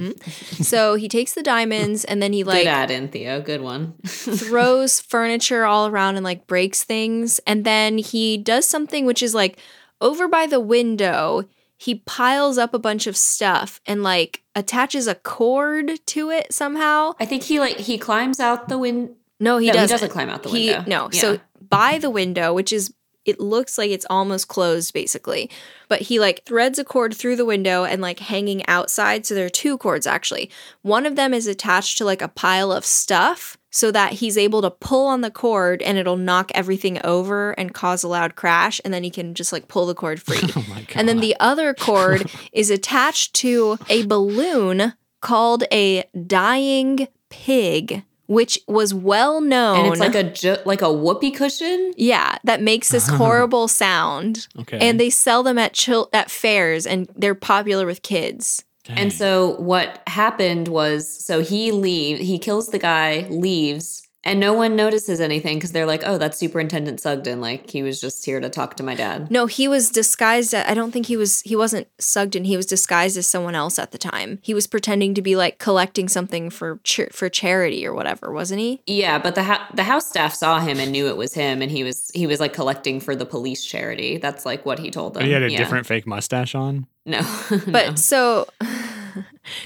so he takes the diamonds and then he Good mm-hmm. like ad in, Theo. Good one. throws furniture all around and like breaks things. And then he does something which is like over by the window, he piles up a bunch of stuff and like attaches a cord to it somehow. I think he like he climbs out the wind. No, he No, he doesn't. doesn't climb out the He- window. no. Yeah. So by the window, which is it looks like it's almost closed basically. But he like threads a cord through the window and like hanging outside. So there are two cords actually. One of them is attached to like a pile of stuff so that he's able to pull on the cord and it'll knock everything over and cause a loud crash and then he can just like pull the cord free. [laughs] [laughs] Oh my God. And then the other cord is attached to a balloon called a dying pig, which was well known. and it's like a ju- like a whoopee cushion. yeah, that makes this horrible sound. Okay. And they sell them at chill at fairs, and they're popular with kids. Dang. And so what happened was so he leave he kills the guy, leaves, and no one notices anything because they're like, oh, that's Superintendent Sugden. Like he was just here to talk to my dad. No, he was disguised. At, I don't think he was. He wasn't Sugden. He was disguised as someone else at the time. He was pretending to be like collecting something for ch- for charity or whatever, wasn't he? Yeah, but the ha- the house staff saw him and knew it was him, and he was he was like collecting for the police charity. That's like what he told them. But he had a Yeah. different fake mustache on. [laughs] no, But No. so [laughs]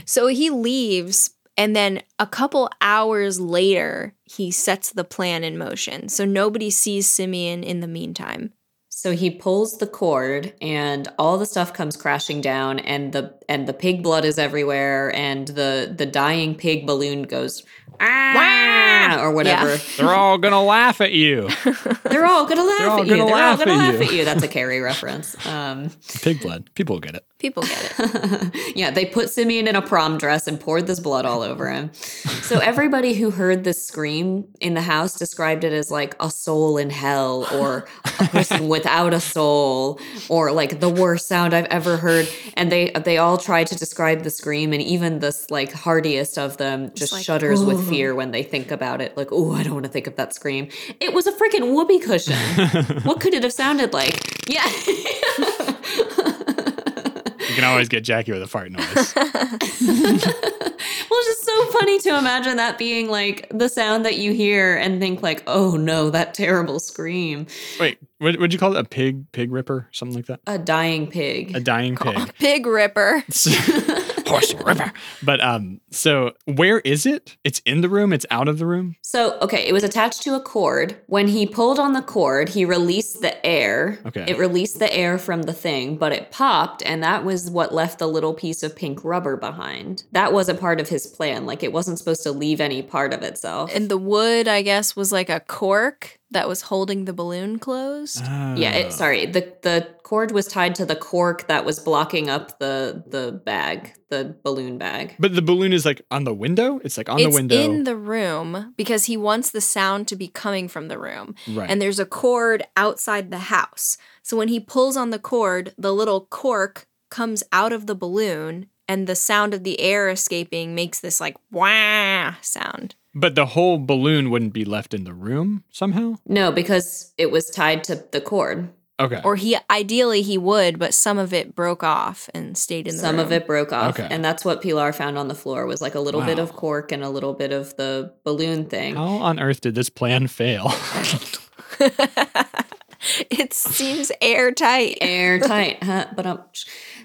so he leaves and then a couple hours later he sets the plan in motion. So nobody sees Simeon in the meantime. So he pulls the cord and all the stuff comes crashing down and the and the pig blood is everywhere and the the dying pig balloon goes ah or whatever. They're all going to laugh at [laughs] you. They're all gonna laugh They're all at you. gonna They're all laugh gonna at laugh you. at you. That's a Carrie reference. Um, Pig blood. People will get it. People get it. [laughs] yeah, they put Simeon in a prom dress and poured this blood all over him. So everybody who heard this scream in the house described it as like a soul in hell or a person without a soul or like the worst sound I've ever heard. And they they all tried to describe the scream and even this like hardiest of them just like, shudders with fear when they think about it. Like, oh, I don't want to think of that scream. It was a freaking whoopee cushion. what could it have sounded like? Yeah. You can always get Jackie with a fart noise. Well, it's just so funny to imagine that being like the sound that you hear and think like, oh no, that terrible scream. Wait, what would you call it? A pig, pig ripper, something like that? A dying pig. A dying pig. Pig Ripper. Horse ripper. But um, so where is it? It's in the room. It's out of the room. so, okay, it was attached to a cord. When he pulled on the cord, he released the air. Okay. It released the air from the thing, but it popped, and that was what left the little piece of pink rubber behind. That wasn't part of his plan. Like, it wasn't supposed to leave any part of itself. And the wood, I guess, was like a cork that was holding the balloon Uh-huh. closed. Yeah, Ah. Oh. it, sorry. The the cord was tied to the cork that was blocking up the the bag, the balloon bag. But the balloon is like on the window. It's like on it's the window. in the room because he wants the sound to be coming from the room. right. And there's a cord outside the house. So when he pulls on the cord, the little cork comes out of the balloon and the sound of the air escaping makes this like wah sound. but the whole balloon wouldn't be left in the room somehow. No, because it was tied to the cord. Okay. Or he ideally he would, but some of it broke off and stayed in the Some room. of it broke off, Okay. and that's what Pilar found on the floor was like a little bit Wow. of cork and a little bit of the balloon thing. How on earth did this plan fail? [laughs] [laughs] it seems airtight. [laughs] Airtight, huh? But um,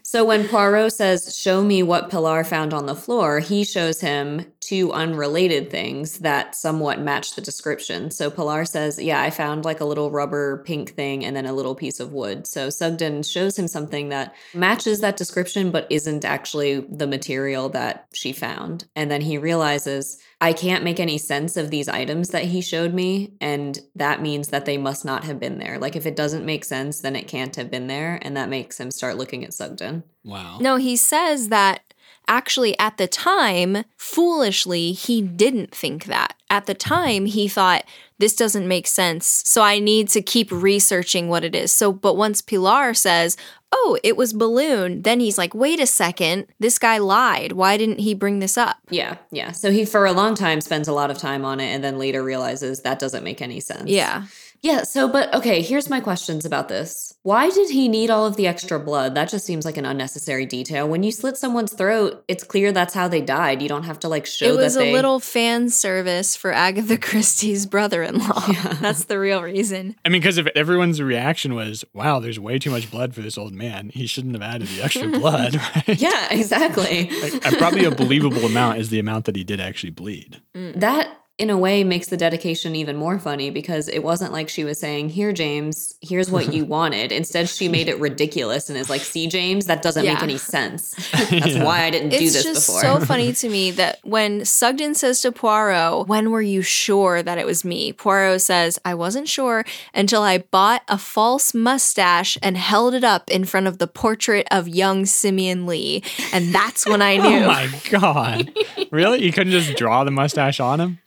so when Poirot says, "Show me what Pilar found on the floor," he shows him two unrelated things that somewhat match the description. So Pilar says, "Yeah, I found like a little rubber pink thing and then a little piece of wood." So Sugden shows him something that matches that description but isn't actually the material that she found, and then he realizes. I can't make any sense of these items that he showed me. And that means that they must not have been there. Like, if it doesn't make sense, then it can't have been there. And that makes him start looking at Sugden. wow. No, he says that actually at the time, foolishly, he didn't think that. At the time, he thought, this doesn't make sense. So I need to keep researching what it is. So, but once Pilar says, oh, it was balloon, then he's like, wait a second, this guy lied. Why didn't he bring this up? Yeah. Yeah. So he, for a long time, spends a lot of time on it and then later realizes that doesn't make any sense. Yeah. Yeah. So, but okay, here's my questions about this. Why did he need all of the extra blood? That just seems like an unnecessary detail. When you slit someone's throat, it's clear that's how they died. You don't have to like show it was that they. a little fan service for Agatha [laughs] Christie's brother in law. That's the real reason. I mean, because if everyone's reaction was, "Wow, there's way too much blood for this old man. He shouldn't have added the extra blood," right? Yeah, [laughs] [laughs] exactly. Like, uh, probably a believable amount is the amount that he did actually bleed. Mm. That, in a way, makes the dedication even more funny because it wasn't like she was saying, Here, James, here's [laughs] what you wanted. Instead, she made it ridiculous and is like, See, James, that doesn't make Yeah. [laughs] any sense. That's why I didn't do It's this just before. [laughs] so funny to me that when Sugden says to Poirot, When were you sure that it was me? Poirot says, I wasn't sure until I bought a false mustache and held it up in front of the portrait of young Simeon Lee. And that's when [laughs] I Oh knew. my god! Really? You couldn't just draw the mustache on him?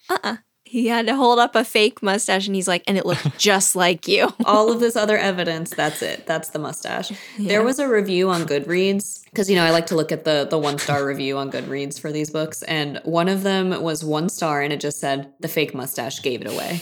he had to hold up a fake mustache and he's like, And it looked just like you. all of this other evidence that's it that's the mustache there was a review on goodreads because you know i like to look at the the one star review on goodreads for these books and one of them was one star and it just said the fake mustache gave it away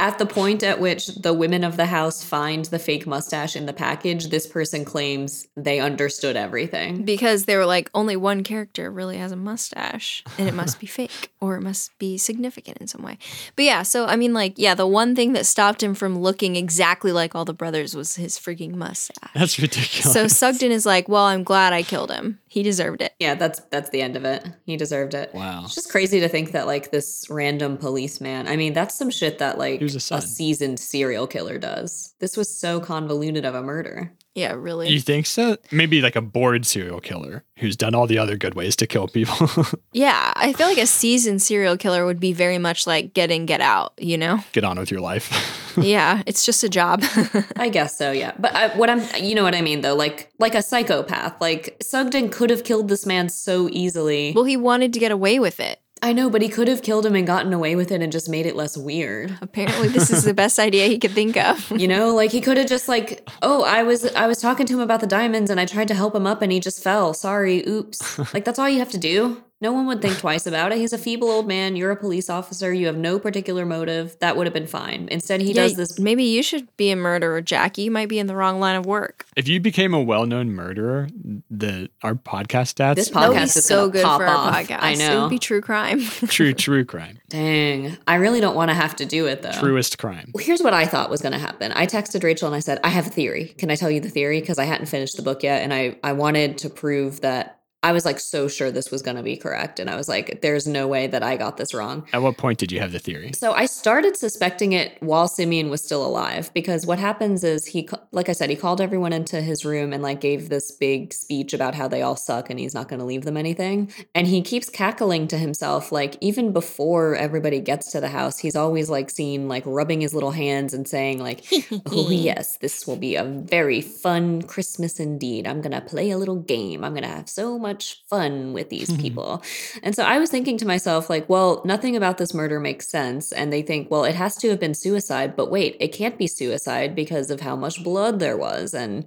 at the point at which the women of the house find the fake mustache in the package this person claims they understood everything Because they were like, only one character really has a mustache, and it must be fake or it must be significant in some way. But yeah, so I mean, like, yeah, the one thing that stopped him from looking exactly like all the brothers was his freaking mustache. That's ridiculous. So Sugden is like, well, I'm glad I killed him. He deserved it. yeah, that's that's the end of it. He deserved it. Wow. It's just crazy to think that like this random policeman. I mean, that's some shit that like He was a a son. seasoned serial killer does. This was so convoluted of a murder. Yeah, really. you think so? Maybe like a bored serial killer who's done all the other good ways to kill people. [laughs] Yeah, I feel like a seasoned serial killer would be very much like get in, get out, you know? Get on with your life. [laughs] yeah, it's just a job. [laughs] I guess so, yeah. But I, what I'm, you know what I mean though, like like a psychopath. Like Sugden could have killed this man so easily. well, he wanted to get away with it. I know, but he could have killed him and gotten away with it and just made it less weird. Apparently, this is the best idea he could think of. You know, like he could have just like, oh, I was I was talking to him about the diamonds and I tried to help him up and he just fell. Sorry, oops. Like that's all you have to do. No one would think twice about it. He's a feeble old man. You're a police officer. You have no particular motive. That would have been fine. Instead, he Yeah, does this. Maybe you should be a murderer, Jackie. You might be in the wrong line of work. if you became a well-known murderer, the our podcast stats This That would be Podcast is so gonna good pop for our off. podcast. I It know. would be true crime. [laughs] true true crime, Dang, I really don't want to have to do it though. truest crime. Here's what I thought was going to happen. I texted Rachel and I said, I have a theory. Can I tell you the theory? Because I hadn't finished the book yet and I, I wanted to prove that I was like so sure this was going to be correct. And I was like, there's no way that I got this wrong. At what point did you have the theory? So I started suspecting it while Simeon was still alive because what happens is he, ca- like I said, he called everyone into his room and like gave this big speech about how they all suck and he's not going to leave them anything. And he keeps cackling to himself, like even before everybody gets to the house, he's always like seen like rubbing his little hands and saying like, oh yes, this will be a very fun Christmas indeed. I'm going to play a little game. I'm going to have so much fun with these people. And so I was thinking to myself, like, well, nothing about this murder makes sense. And they think, well, it has to have been suicide, but wait, it can't be suicide because of how much blood there was and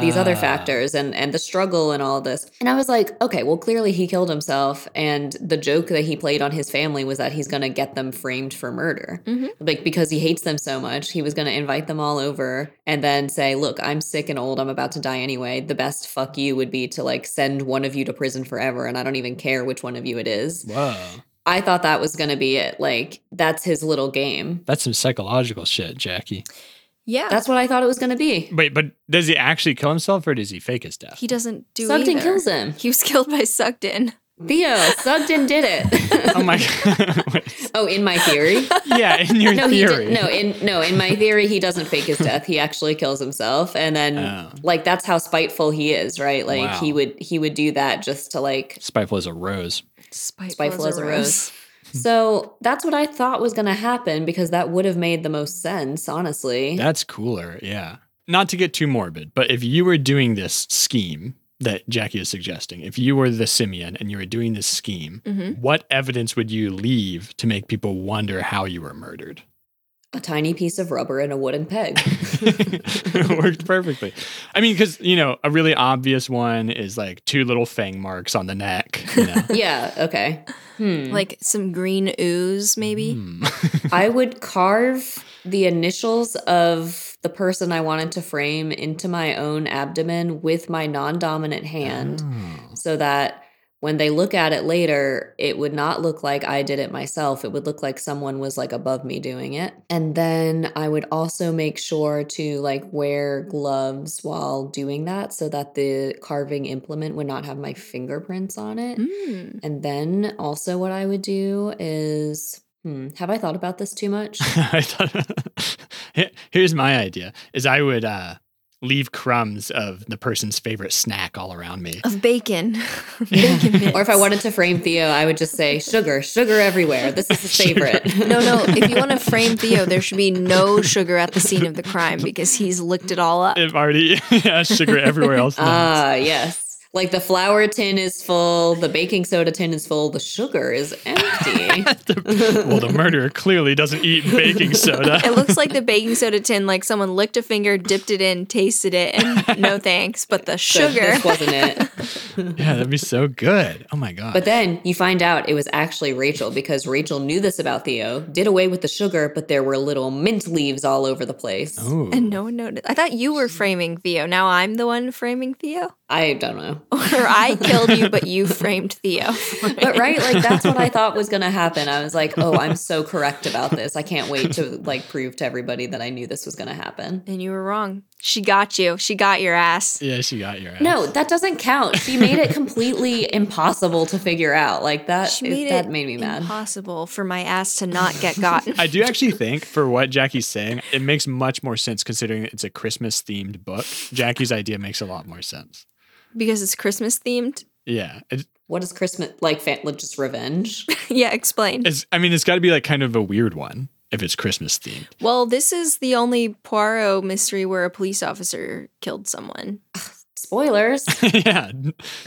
these other Ah. factors and, and the struggle and all this. And I was like, okay, well, clearly he killed himself. And the joke that he played on his family was that he's going to get them framed for murder. Mhm. Like, because he hates them so much, he was going to invite them all over and then say, look, I'm sick and old. I'm about to die anyway. The best fuck you would be to like send one of you to prison forever. And I don't even care which one of you it is. Whoa. I thought that was going to be it. Like, that's his little game. That's some psychological shit, Jackie. Yeah. That's what I thought it was going to be. Wait, but does he actually kill himself or does he fake his death? he doesn't do Sugden either. kills him. He was [laughs] killed by Sugden. Theo, Sugden did [laughs] it. [laughs] [laughs] oh my [laughs] god. oh, in my theory. yeah, [laughs] [laughs] in your No, he theory. did, no, in no, in my theory, he doesn't fake his death. He actually kills himself, and then Oh. like that's how spiteful he is, right? Like he Wow. would he would do that just to like. Spiteful as a rose. Spiteful, Spiteful as a rose. So that's what I thought was going to happen because that would have made the most sense, honestly. That's cooler. Yeah. Not to get too morbid, but if you were doing this scheme that Jackie is suggesting, if you were the simian and you were doing this scheme, Hmm? Mhm. what evidence would you leave to make people wonder how you were murdered? [laughs] a tiny piece of rubber and a wooden peg. it worked perfectly. I mean, because, you know, a really obvious one is like two little fang marks on the neck. You [laughs] know? yeah. Okay. Hmm. Mm-hmm. Like some green ooze, maybe. Hmm. I would carve the initials of the person I wanted to frame into my own abdomen with my non dominant hand Oh. so that when they look at it later, it would not look like I did it myself. It would look like someone was like above me doing it. And then I would also make sure to like wear gloves while doing that so that the carving implement would not have my fingerprints on it. Mm. And then also, what I would do is hmm, have I thought about this too much? [laughs] I thought Here- here's my idea is I would uh, leave crumbs of the person's favorite snack all around me. [laughs] Of bacon. [laughs] bacon bits. or if I wanted to frame Theo, I would just say sugar, sugar everywhere. This is his favorite. [laughs] [laughs] No, no. If you want to frame Theo, there should be no sugar at the scene of the crime because he's licked it all up. If already [laughs] yeah, sugar everywhere [laughs] else. Ah, yes. Like the flour tin is full, the baking soda tin is full, the sugar is empty. [laughs] well, the murderer clearly doesn't eat baking soda. It [laughs] looks like the baking soda tin, like someone licked a finger, dipped it in, tasted it, and no thanks. But the So sugar. this wasn't it. yeah, that'd be so good. Oh my god. But then you find out it was actually Rachel because Rachel knew this about Theo, did away with the sugar, but there were little mint leaves all over the place. Ooh. And no one noticed. I thought you were framing Theo. Now I'm the one framing Theo? [laughs] I don't know. Or I killed you, but you framed Theo. But right, like that's what I thought was going to happen. I was like, "Oh, I'm so correct about this. I can't wait to like prove to everybody that I knew this was going to happen." And you were wrong. She got you. She got your ass. yeah, she got your ass. No, that doesn't count. She made it completely impossible to figure out. Like that She made that it made me mad. impossible for my ass to not get [laughs] gotten. I do actually think for what Jackie's saying, it makes much more sense considering it's a Christmas themed book. Jackie's idea makes a lot more sense. because it's Christmas themed. [laughs] Yeah. It, What is Christmas like fa- like, just revenge? [laughs] yeah, explain. it's I mean, it's got to be like kind of a weird one if it's Christmas themed. Well, this is the only Poirot mystery where a police officer killed someone. Spoilers. [laughs] yeah.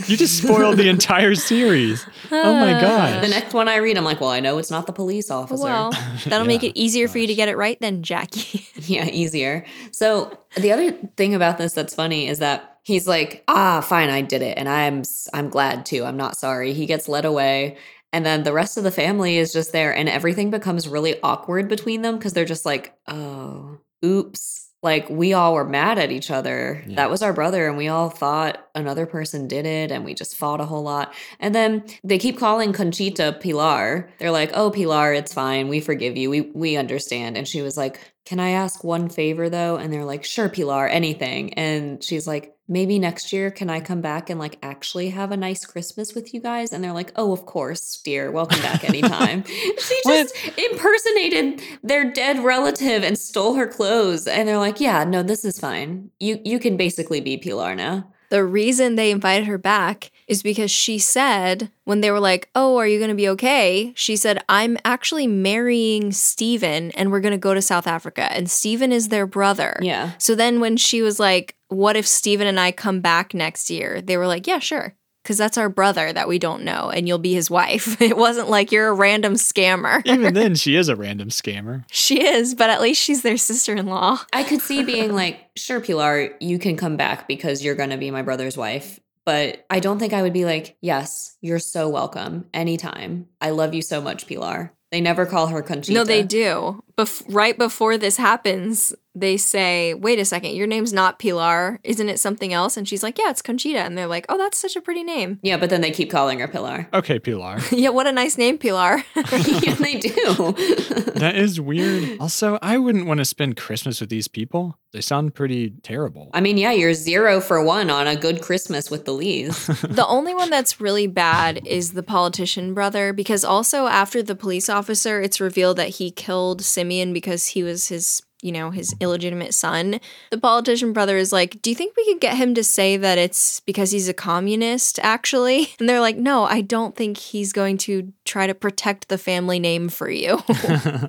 You just spoiled the entire series. Oh Uh, my [laughs] the god. next one I read, I'm like, "Well, I know it's not the police officer." [laughs] Well, that'll make Yeah. it easier for you to get it right then, Jackie. [laughs] Yeah, easier. So the other thing about this that's funny is that he's like, "Ah, fine, I did it, and I'm I'm glad too. I'm not sorry." He gets led away, and then the rest of the family is just there, and everything becomes really awkward between them because they're just like, "Oh, oops." Like we all were mad at each other. Yeah. That was our brother, and we all thought another person did it, and we just fought a whole lot. And then they keep calling Conchita Pilar. They're like, "Oh, Pilar, it's fine. We forgive you. We we understand." And she was like, Can I ask one favor though? And they're like, Sure, Pilar, anything. And she's like, Maybe next year, can I come back and like actually have a nice Christmas with you guys? And they're like, Oh, of course, dear. Welcome back anytime. [laughs] she What? just impersonated their dead relative and stole her clothes. And they're like, Yeah, no, this is fine. You you can basically be Pilar now. The reason they invited her back is because she said, when they were like, Oh, are you going to be okay? She said, I'm actually marrying Steven and we're going to go to South Africa. And Steven is their brother. Yeah. So then when she was like, What if Steven and I come back next year? They were like, Yeah, sure. Because that's our brother that we don't know and you'll be his wife. [laughs] It wasn't like you're a random scammer. [laughs] Even then, she is a random scammer. She is, but at least she's their sister in law. I could see being like, sure, Pilar, you can come back because you're going to be my brother's wife. But I don't think I would be like, yes, you're so welcome anytime. I love you so much, Pilar. They never call her Conchita. No, they do. Bef- right before this happens, they say, "Wait a second, your name's not Pilar, isn't it something else?" And she's like, "Yeah, it's Conchita." And they're like, "Oh, that's such a pretty name. [laughs] Yeah, but then they keep calling her Pilar. [laughs] Okay, Pilar. yeah, what a nice name, Pilar." yeah, they do. [laughs] That is weird. Also, I wouldn't want to spend Christmas with these people. They sound pretty terrible. I mean, yeah, you're zero for one on a good Christmas with [laughs] the Lees. the only one that's really bad is the politician brother because also after the police officer, it's revealed that he killed Simeon because he was his you know his illegitimate son the politician brother is like do you think we could get him to say that it's because he's a communist actually [laughs] and they're like no i don't think he's going to try to protect the family name for you [laughs]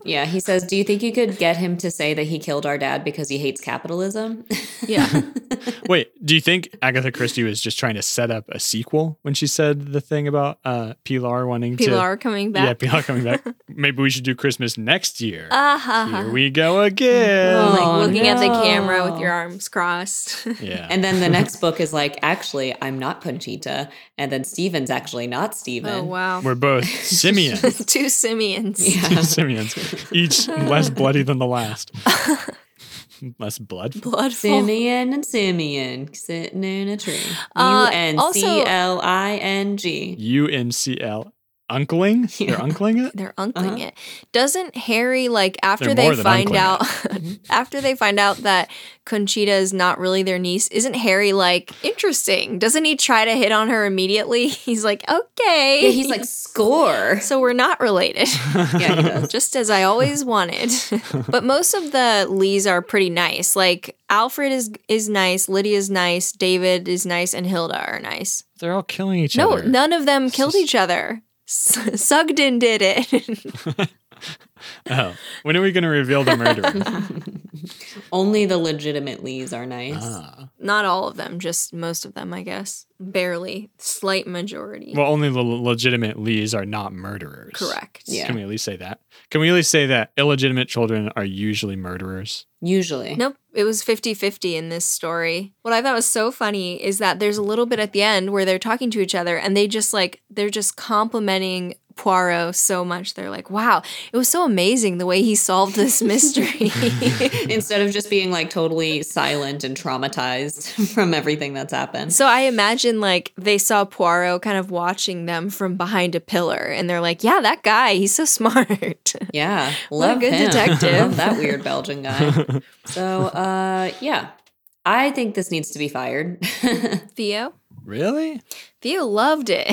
yeah, he says, Do you think you could get him to say that he killed our dad because he hates capitalism? [laughs] yeah Wait, do you think Agatha Christie was just trying to set up a sequel when she said the thing about uh, Pilar wanting pilar coming to? Yeah, back Pilar coming [laughs] back. Maybe we should do Christmas next year. Ah, ha, ha. Here we go again. Oh, like looking at the no. camera with your arms crossed [laughs] yeah. And then the next book is like, actually, I'm not Conchita. And then Steven's actually not Steven. oh wow [laughs] We're both Simeon. [laughs] two Simeons. Yeah. Two Simeons, each less bloody than the last. less blood. Bloodful. [laughs] Simeon and Simeon sitting in a tree. Oh. Uh, U N C L I N G. U N C L. Uncling? They're uncling it? They're uncling Uh-huh. it. Doesn't Harry like after They're they more than find uncling out Mm-hmm. [laughs] after they find out that Conchita is not really their niece, isn't Harry like interesting? Doesn't he try to hit on her immediately? [laughs] He's like, "Okay." Yeah, he's like, score. [laughs] so we're not [laughs] related. Yeah, he [laughs] does. just as I always [laughs] wanted. but most of the Lees are pretty nice. Like Alfred is is nice, Lydia's nice, David is nice, and Hilda are nice. They're all killing each No, other. none of them killed just- each other. S- [laughs] Sugden did it. [laughs] Oh, when are we going to reveal the [laughs] murderer? Only the legitimate Lees are nice. ah. Not all of them, just most of them, I guess. Barely. Slight majority. Well, only the l- legitimate Lees are not murderers. Correct. Yeah. Can we at least say that? Can we at least say that illegitimate children are usually murderers? Usually. Nope, it was 50 50 in this story. What I thought was so funny is that there's a little bit at the end where they're talking to each other and they just like, they're just complimenting Poirot so much. They're like, wow, it was so amazing the way he solved this mystery. [laughs] Instead of just being like totally silent and traumatized [laughs] from everything that's [laughs] happened. so I imagine like they saw Poirot kind of watching them from behind a pillar and they're like, yeah, that guy, he's so [laughs] smart. Yeah, What a love good him. [laughs] detective. Love that weird Belgian guy. So, uh, yeah, I think this needs to be fired. [laughs] Theo? Really? Theo loved it.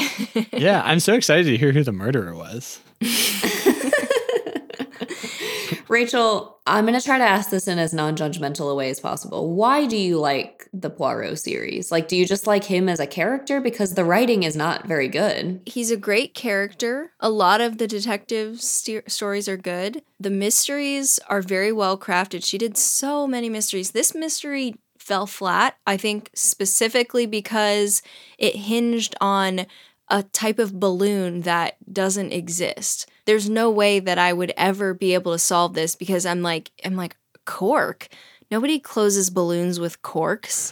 [laughs] yeah, I'm so excited to hear who the murderer was. [laughs] Rachel, I'm going to try to ask this in as non-judgmental a way as possible. Why do you like the Poirot series? Like, do you just like him as a character because the writing is not very good? He's a great character. A lot of the detective st- stories are good. The mysteries are very well crafted. She did so many mysteries. This mystery fell flat, I think, specifically because it hinged on a type of balloon that doesn't exist. There's no way that I would ever be able to solve this because I'm like, I'm like, cork. Nobody closes balloons with corks.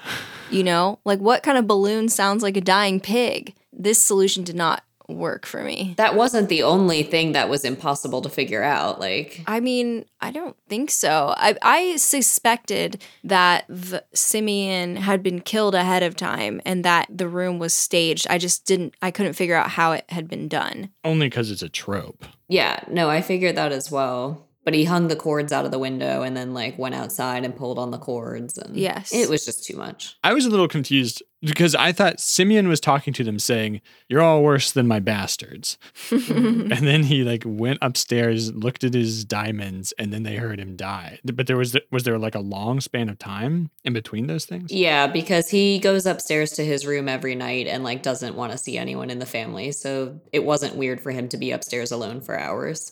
You know, like what kind of balloon sounds like a dying pig? This solution did not work for me. That wasn't the only thing that was impossible to figure out. Like, I mean, I don't think so. I, I suspected that the Simeon had been killed ahead of time and that the room was staged. I just didn't, I couldn't figure out how it had been done. Only because it's a trope. yeah, no, I figured that as well. But he hung the cords out of the window and then like went outside and pulled on the cords. And Yes. it was just too much. I was a little confused because I thought Simeon was talking to them saying, You're all worse than my bastards. and then he like went upstairs, looked at his diamonds, and then they heard him die. But there was was there like a long span of time in between those things? Yeah, because he goes upstairs to his room every night and like doesn't want to see anyone in the family. So it wasn't weird for him to be upstairs alone for hours.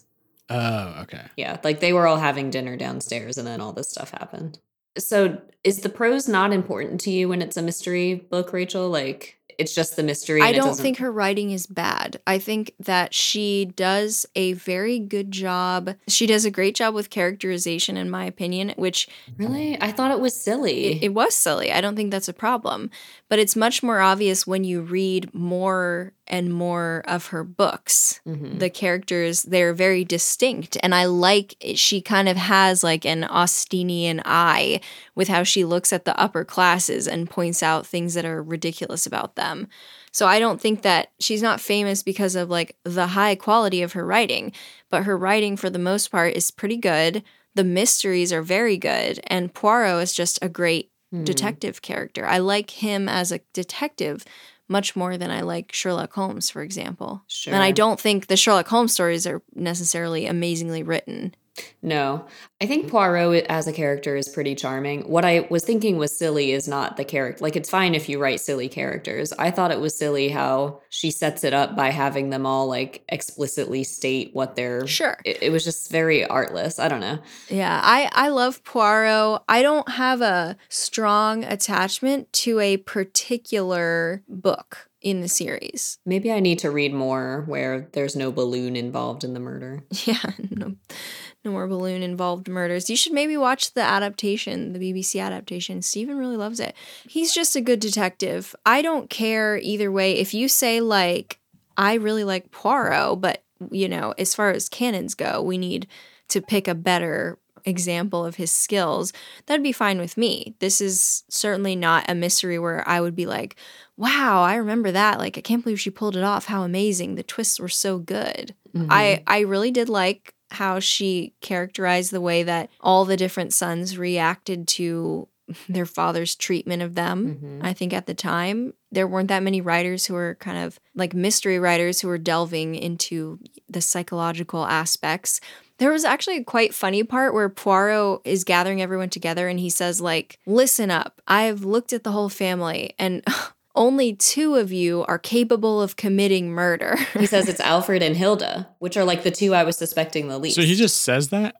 Oh, okay. Yeah, like they were all having dinner downstairs and then all this stuff happened. So is the prose not important to you when it's a mystery book, Rachel? Like it's just the mystery. I and it don't doesn't- think her writing is bad. I think that she does a very good job. She does a great job with characterization, in my opinion, which really. I thought it was silly. it, it was silly. I don't think that's a problem. But it's much more obvious when you read more and more of her books. Mhm. The characters, they're very distinct. And I like it- she kind of has like an Austinian eye with how she looks at the upper classes and points out things that are ridiculous about them. So I don't think that she's not famous because of like the high quality of her writing, but her writing for the most part is pretty good. The mysteries are very good, and Poirot is just a great Mhm. detective character. I like him as a detective much more than I like Sherlock Holmes, for example. Hmm. Sure. And I don't think the Sherlock Holmes stories are necessarily amazingly written. No, I think Poirot as a character is pretty charming. What I was thinking was silly is not the character. Like, it's fine if you write silly characters. I thought it was silly how she sets it up by having them all like explicitly state what they're. Sure. It, it was just very artless. I don't know. Yeah, I I love Poirot. I don't have a strong attachment to a particular book in the series. Maybe I need to read more where there's no balloon involved in the murder. [laughs] Yeah, no, no more balloon involved murders. You should maybe watch the adaptation, the BBC adaptation. Steven really loves it. He's just a good detective. I don't care either way. If you say, like, I really like Poirot, but, you know, as far as canons go, we need to pick a better example of his skills, that'd be fine with me. This is certainly not a mystery where I would be like, wow, I remember that. Like, I can't believe she pulled it off. How amazing. The twists were so good. I I really did like how she characterized the way that all the different sons reacted to [laughs] their father's treatment of them. Mhm. I think at the time there weren't that many writers who were kind of like mystery writers who were delving into the psychological aspects. There was actually a quite funny part where Poirot is gathering everyone together and he says like, "Listen up. I've looked at the whole family and [laughs] only two of you are capable of committing murder." [laughs] He says it's Alfred and Hilda, which are like the two I was suspecting the least. So he just says that?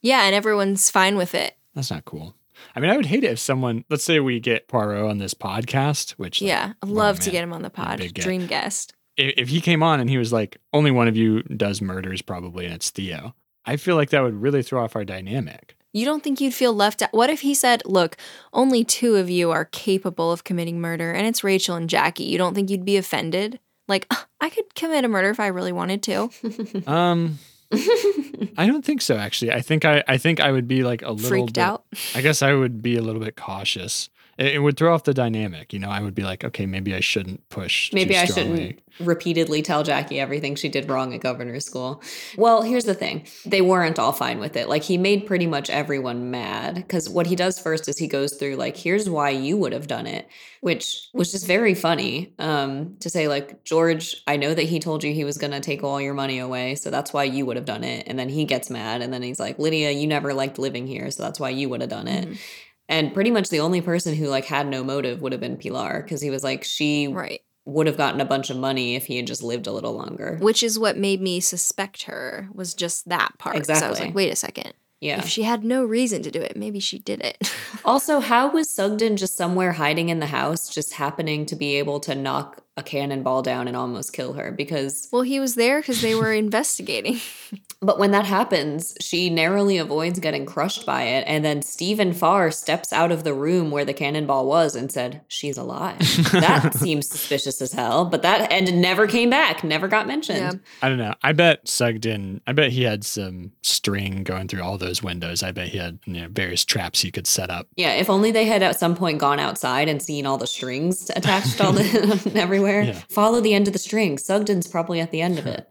Yeah, and everyone's fine with it. That's not cool. I mean, I would hate it if someone, let's say we get Poirot on this podcast, which like, yeah, I'd love to man. get him on the pod. big guy. Dream guest. if, if he came on and he was like, only one of you does murders probably, and it's Theo, I feel like that would really throw off our dynamic. You don't think you'd feel left out? What if he said, "Look, only two of you are capable of committing murder, and it's Rachel and Jackie." You don't think you'd be offended? Like, [laughs] "Ugh, I could commit a murder if I really wanted to. Um, [laughs] I don't think so. Actually, I think I, I think I would be like a [laughs] little Freaked bit- [laughs] out. I guess I would be a little bit cautious. It, it would throw off the dynamic. You know, I would be like, okay, maybe I shouldn't push. too Maybe I strongly. shouldn't repeatedly tell Jackie everything she did wrong at governor's school. Well, here's the thing they weren't all fine with it. Like, he made pretty much everyone mad because what he does first is he goes through, like, here's why you would have done it, which was just very funny um, to say, like, George, I know that he told you he was going to take all your money away. So that's why you would have done it. And then he gets mad. And then he's like, Lydia, you never liked living here. So that's why you would have done it. Mhm. And pretty much the only person who like had no motive would have been Pilar because he was like she [laughs] Right. would have gotten a bunch of money if he had just lived a little longer. Which is what made me suspect her was just that part. 'Cause I was Exactly. like, wait a second. Yeah. If she had no reason to do it, maybe she did it. [laughs] [laughs] Also, how was Sugden just somewhere hiding in the house, just happening to be able to knock a cannonball down and almost kill her? Because, well, he was there because [laughs] they were investigating. but when that happens, she narrowly avoids getting crushed by it. And then Stephen Farr steps out of the room where the cannonball was and said, She's alive. that seems suspicious as hell, but that, and never came back, never got mentioned. Yeah. I don't know. I bet Sugden. I bet he had some string going through all those windows. I bet he had you know, various traps he could set up. Yeah, if only they had at some point gone outside and seen all the [laughs] strings attached to all the every everywhere. Yeah. Follow the end of the string. Sugden's probably at the end of it.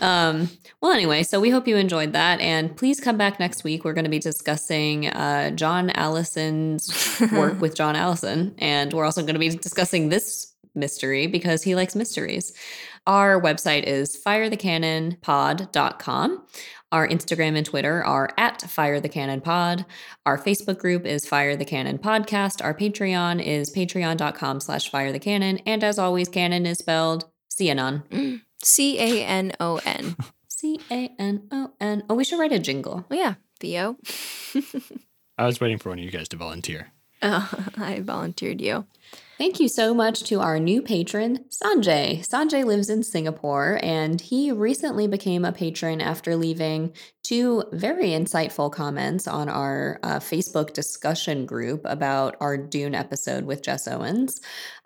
um, well, anyway, so we hope you enjoyed that. And please come back next week. We're going to be discussing uh, John Allison's work with John Allison. And we're also going to be discussing this mystery because he likes mysteries. Our website is firethecannonpod.com. Our Instagram and Twitter are at firethecannonpod. Our Facebook group is Fire the Cannon Podcast. Our Patreon is patreon.com slash fire the cannon. And as always, cannon is spelled C-A-N-O-N. C A N O [laughs] N. C-A-N-O-N. Oh, we should write a jingle. Well, yeah, Theo. I was waiting for one of you guys to volunteer. [laughs] Oh, [laughs] I volunteered you. Thank you so much to our new patron, Sanjay. Sanjay lives in Singapore and he recently became a patron after leaving two very insightful comments on our uh, Facebook discussion group about our Dune episode with Jess Owens.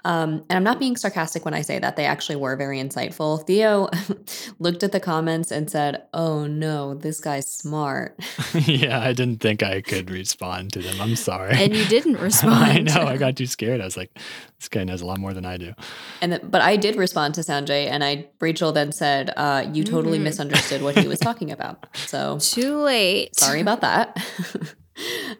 Um, and I'm not being sarcastic when I say that. They actually were very insightful. Theo [laughs] looked at the comments and said, Oh no, this guy's smart. yeah, I didn't think I could respond to them. I'm sorry. [laughs] And you [laughs] didn't respond. [laughs] I know. I got too scared. I was like, this guy knows a lot more than I do. And th- but I did respond to Sanjay, and I Rachel then said, uh, "You totally misunderstood what he was talking about." So Too late. sorry about that. [laughs]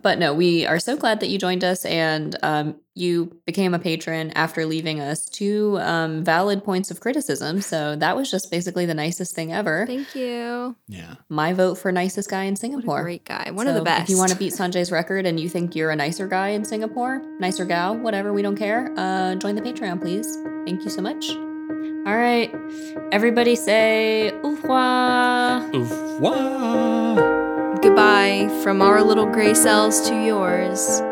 but no, we are so glad that you joined us, and um, you became a patron after leaving us two um, valid points of criticism. So that was just basically the nicest thing ever. Thank you. Yeah. My vote for nicest guy in Singapore. Great guy. One of the So best. If you want to beat Sanjay's record and you think you're a nicer guy in Singapore, nicer gal, whatever, we don't care, uh, join the Patreon, please. Thank you so much. All right. Everybody say au revoir. Au revoir. Goodbye from our little gray cells to yours.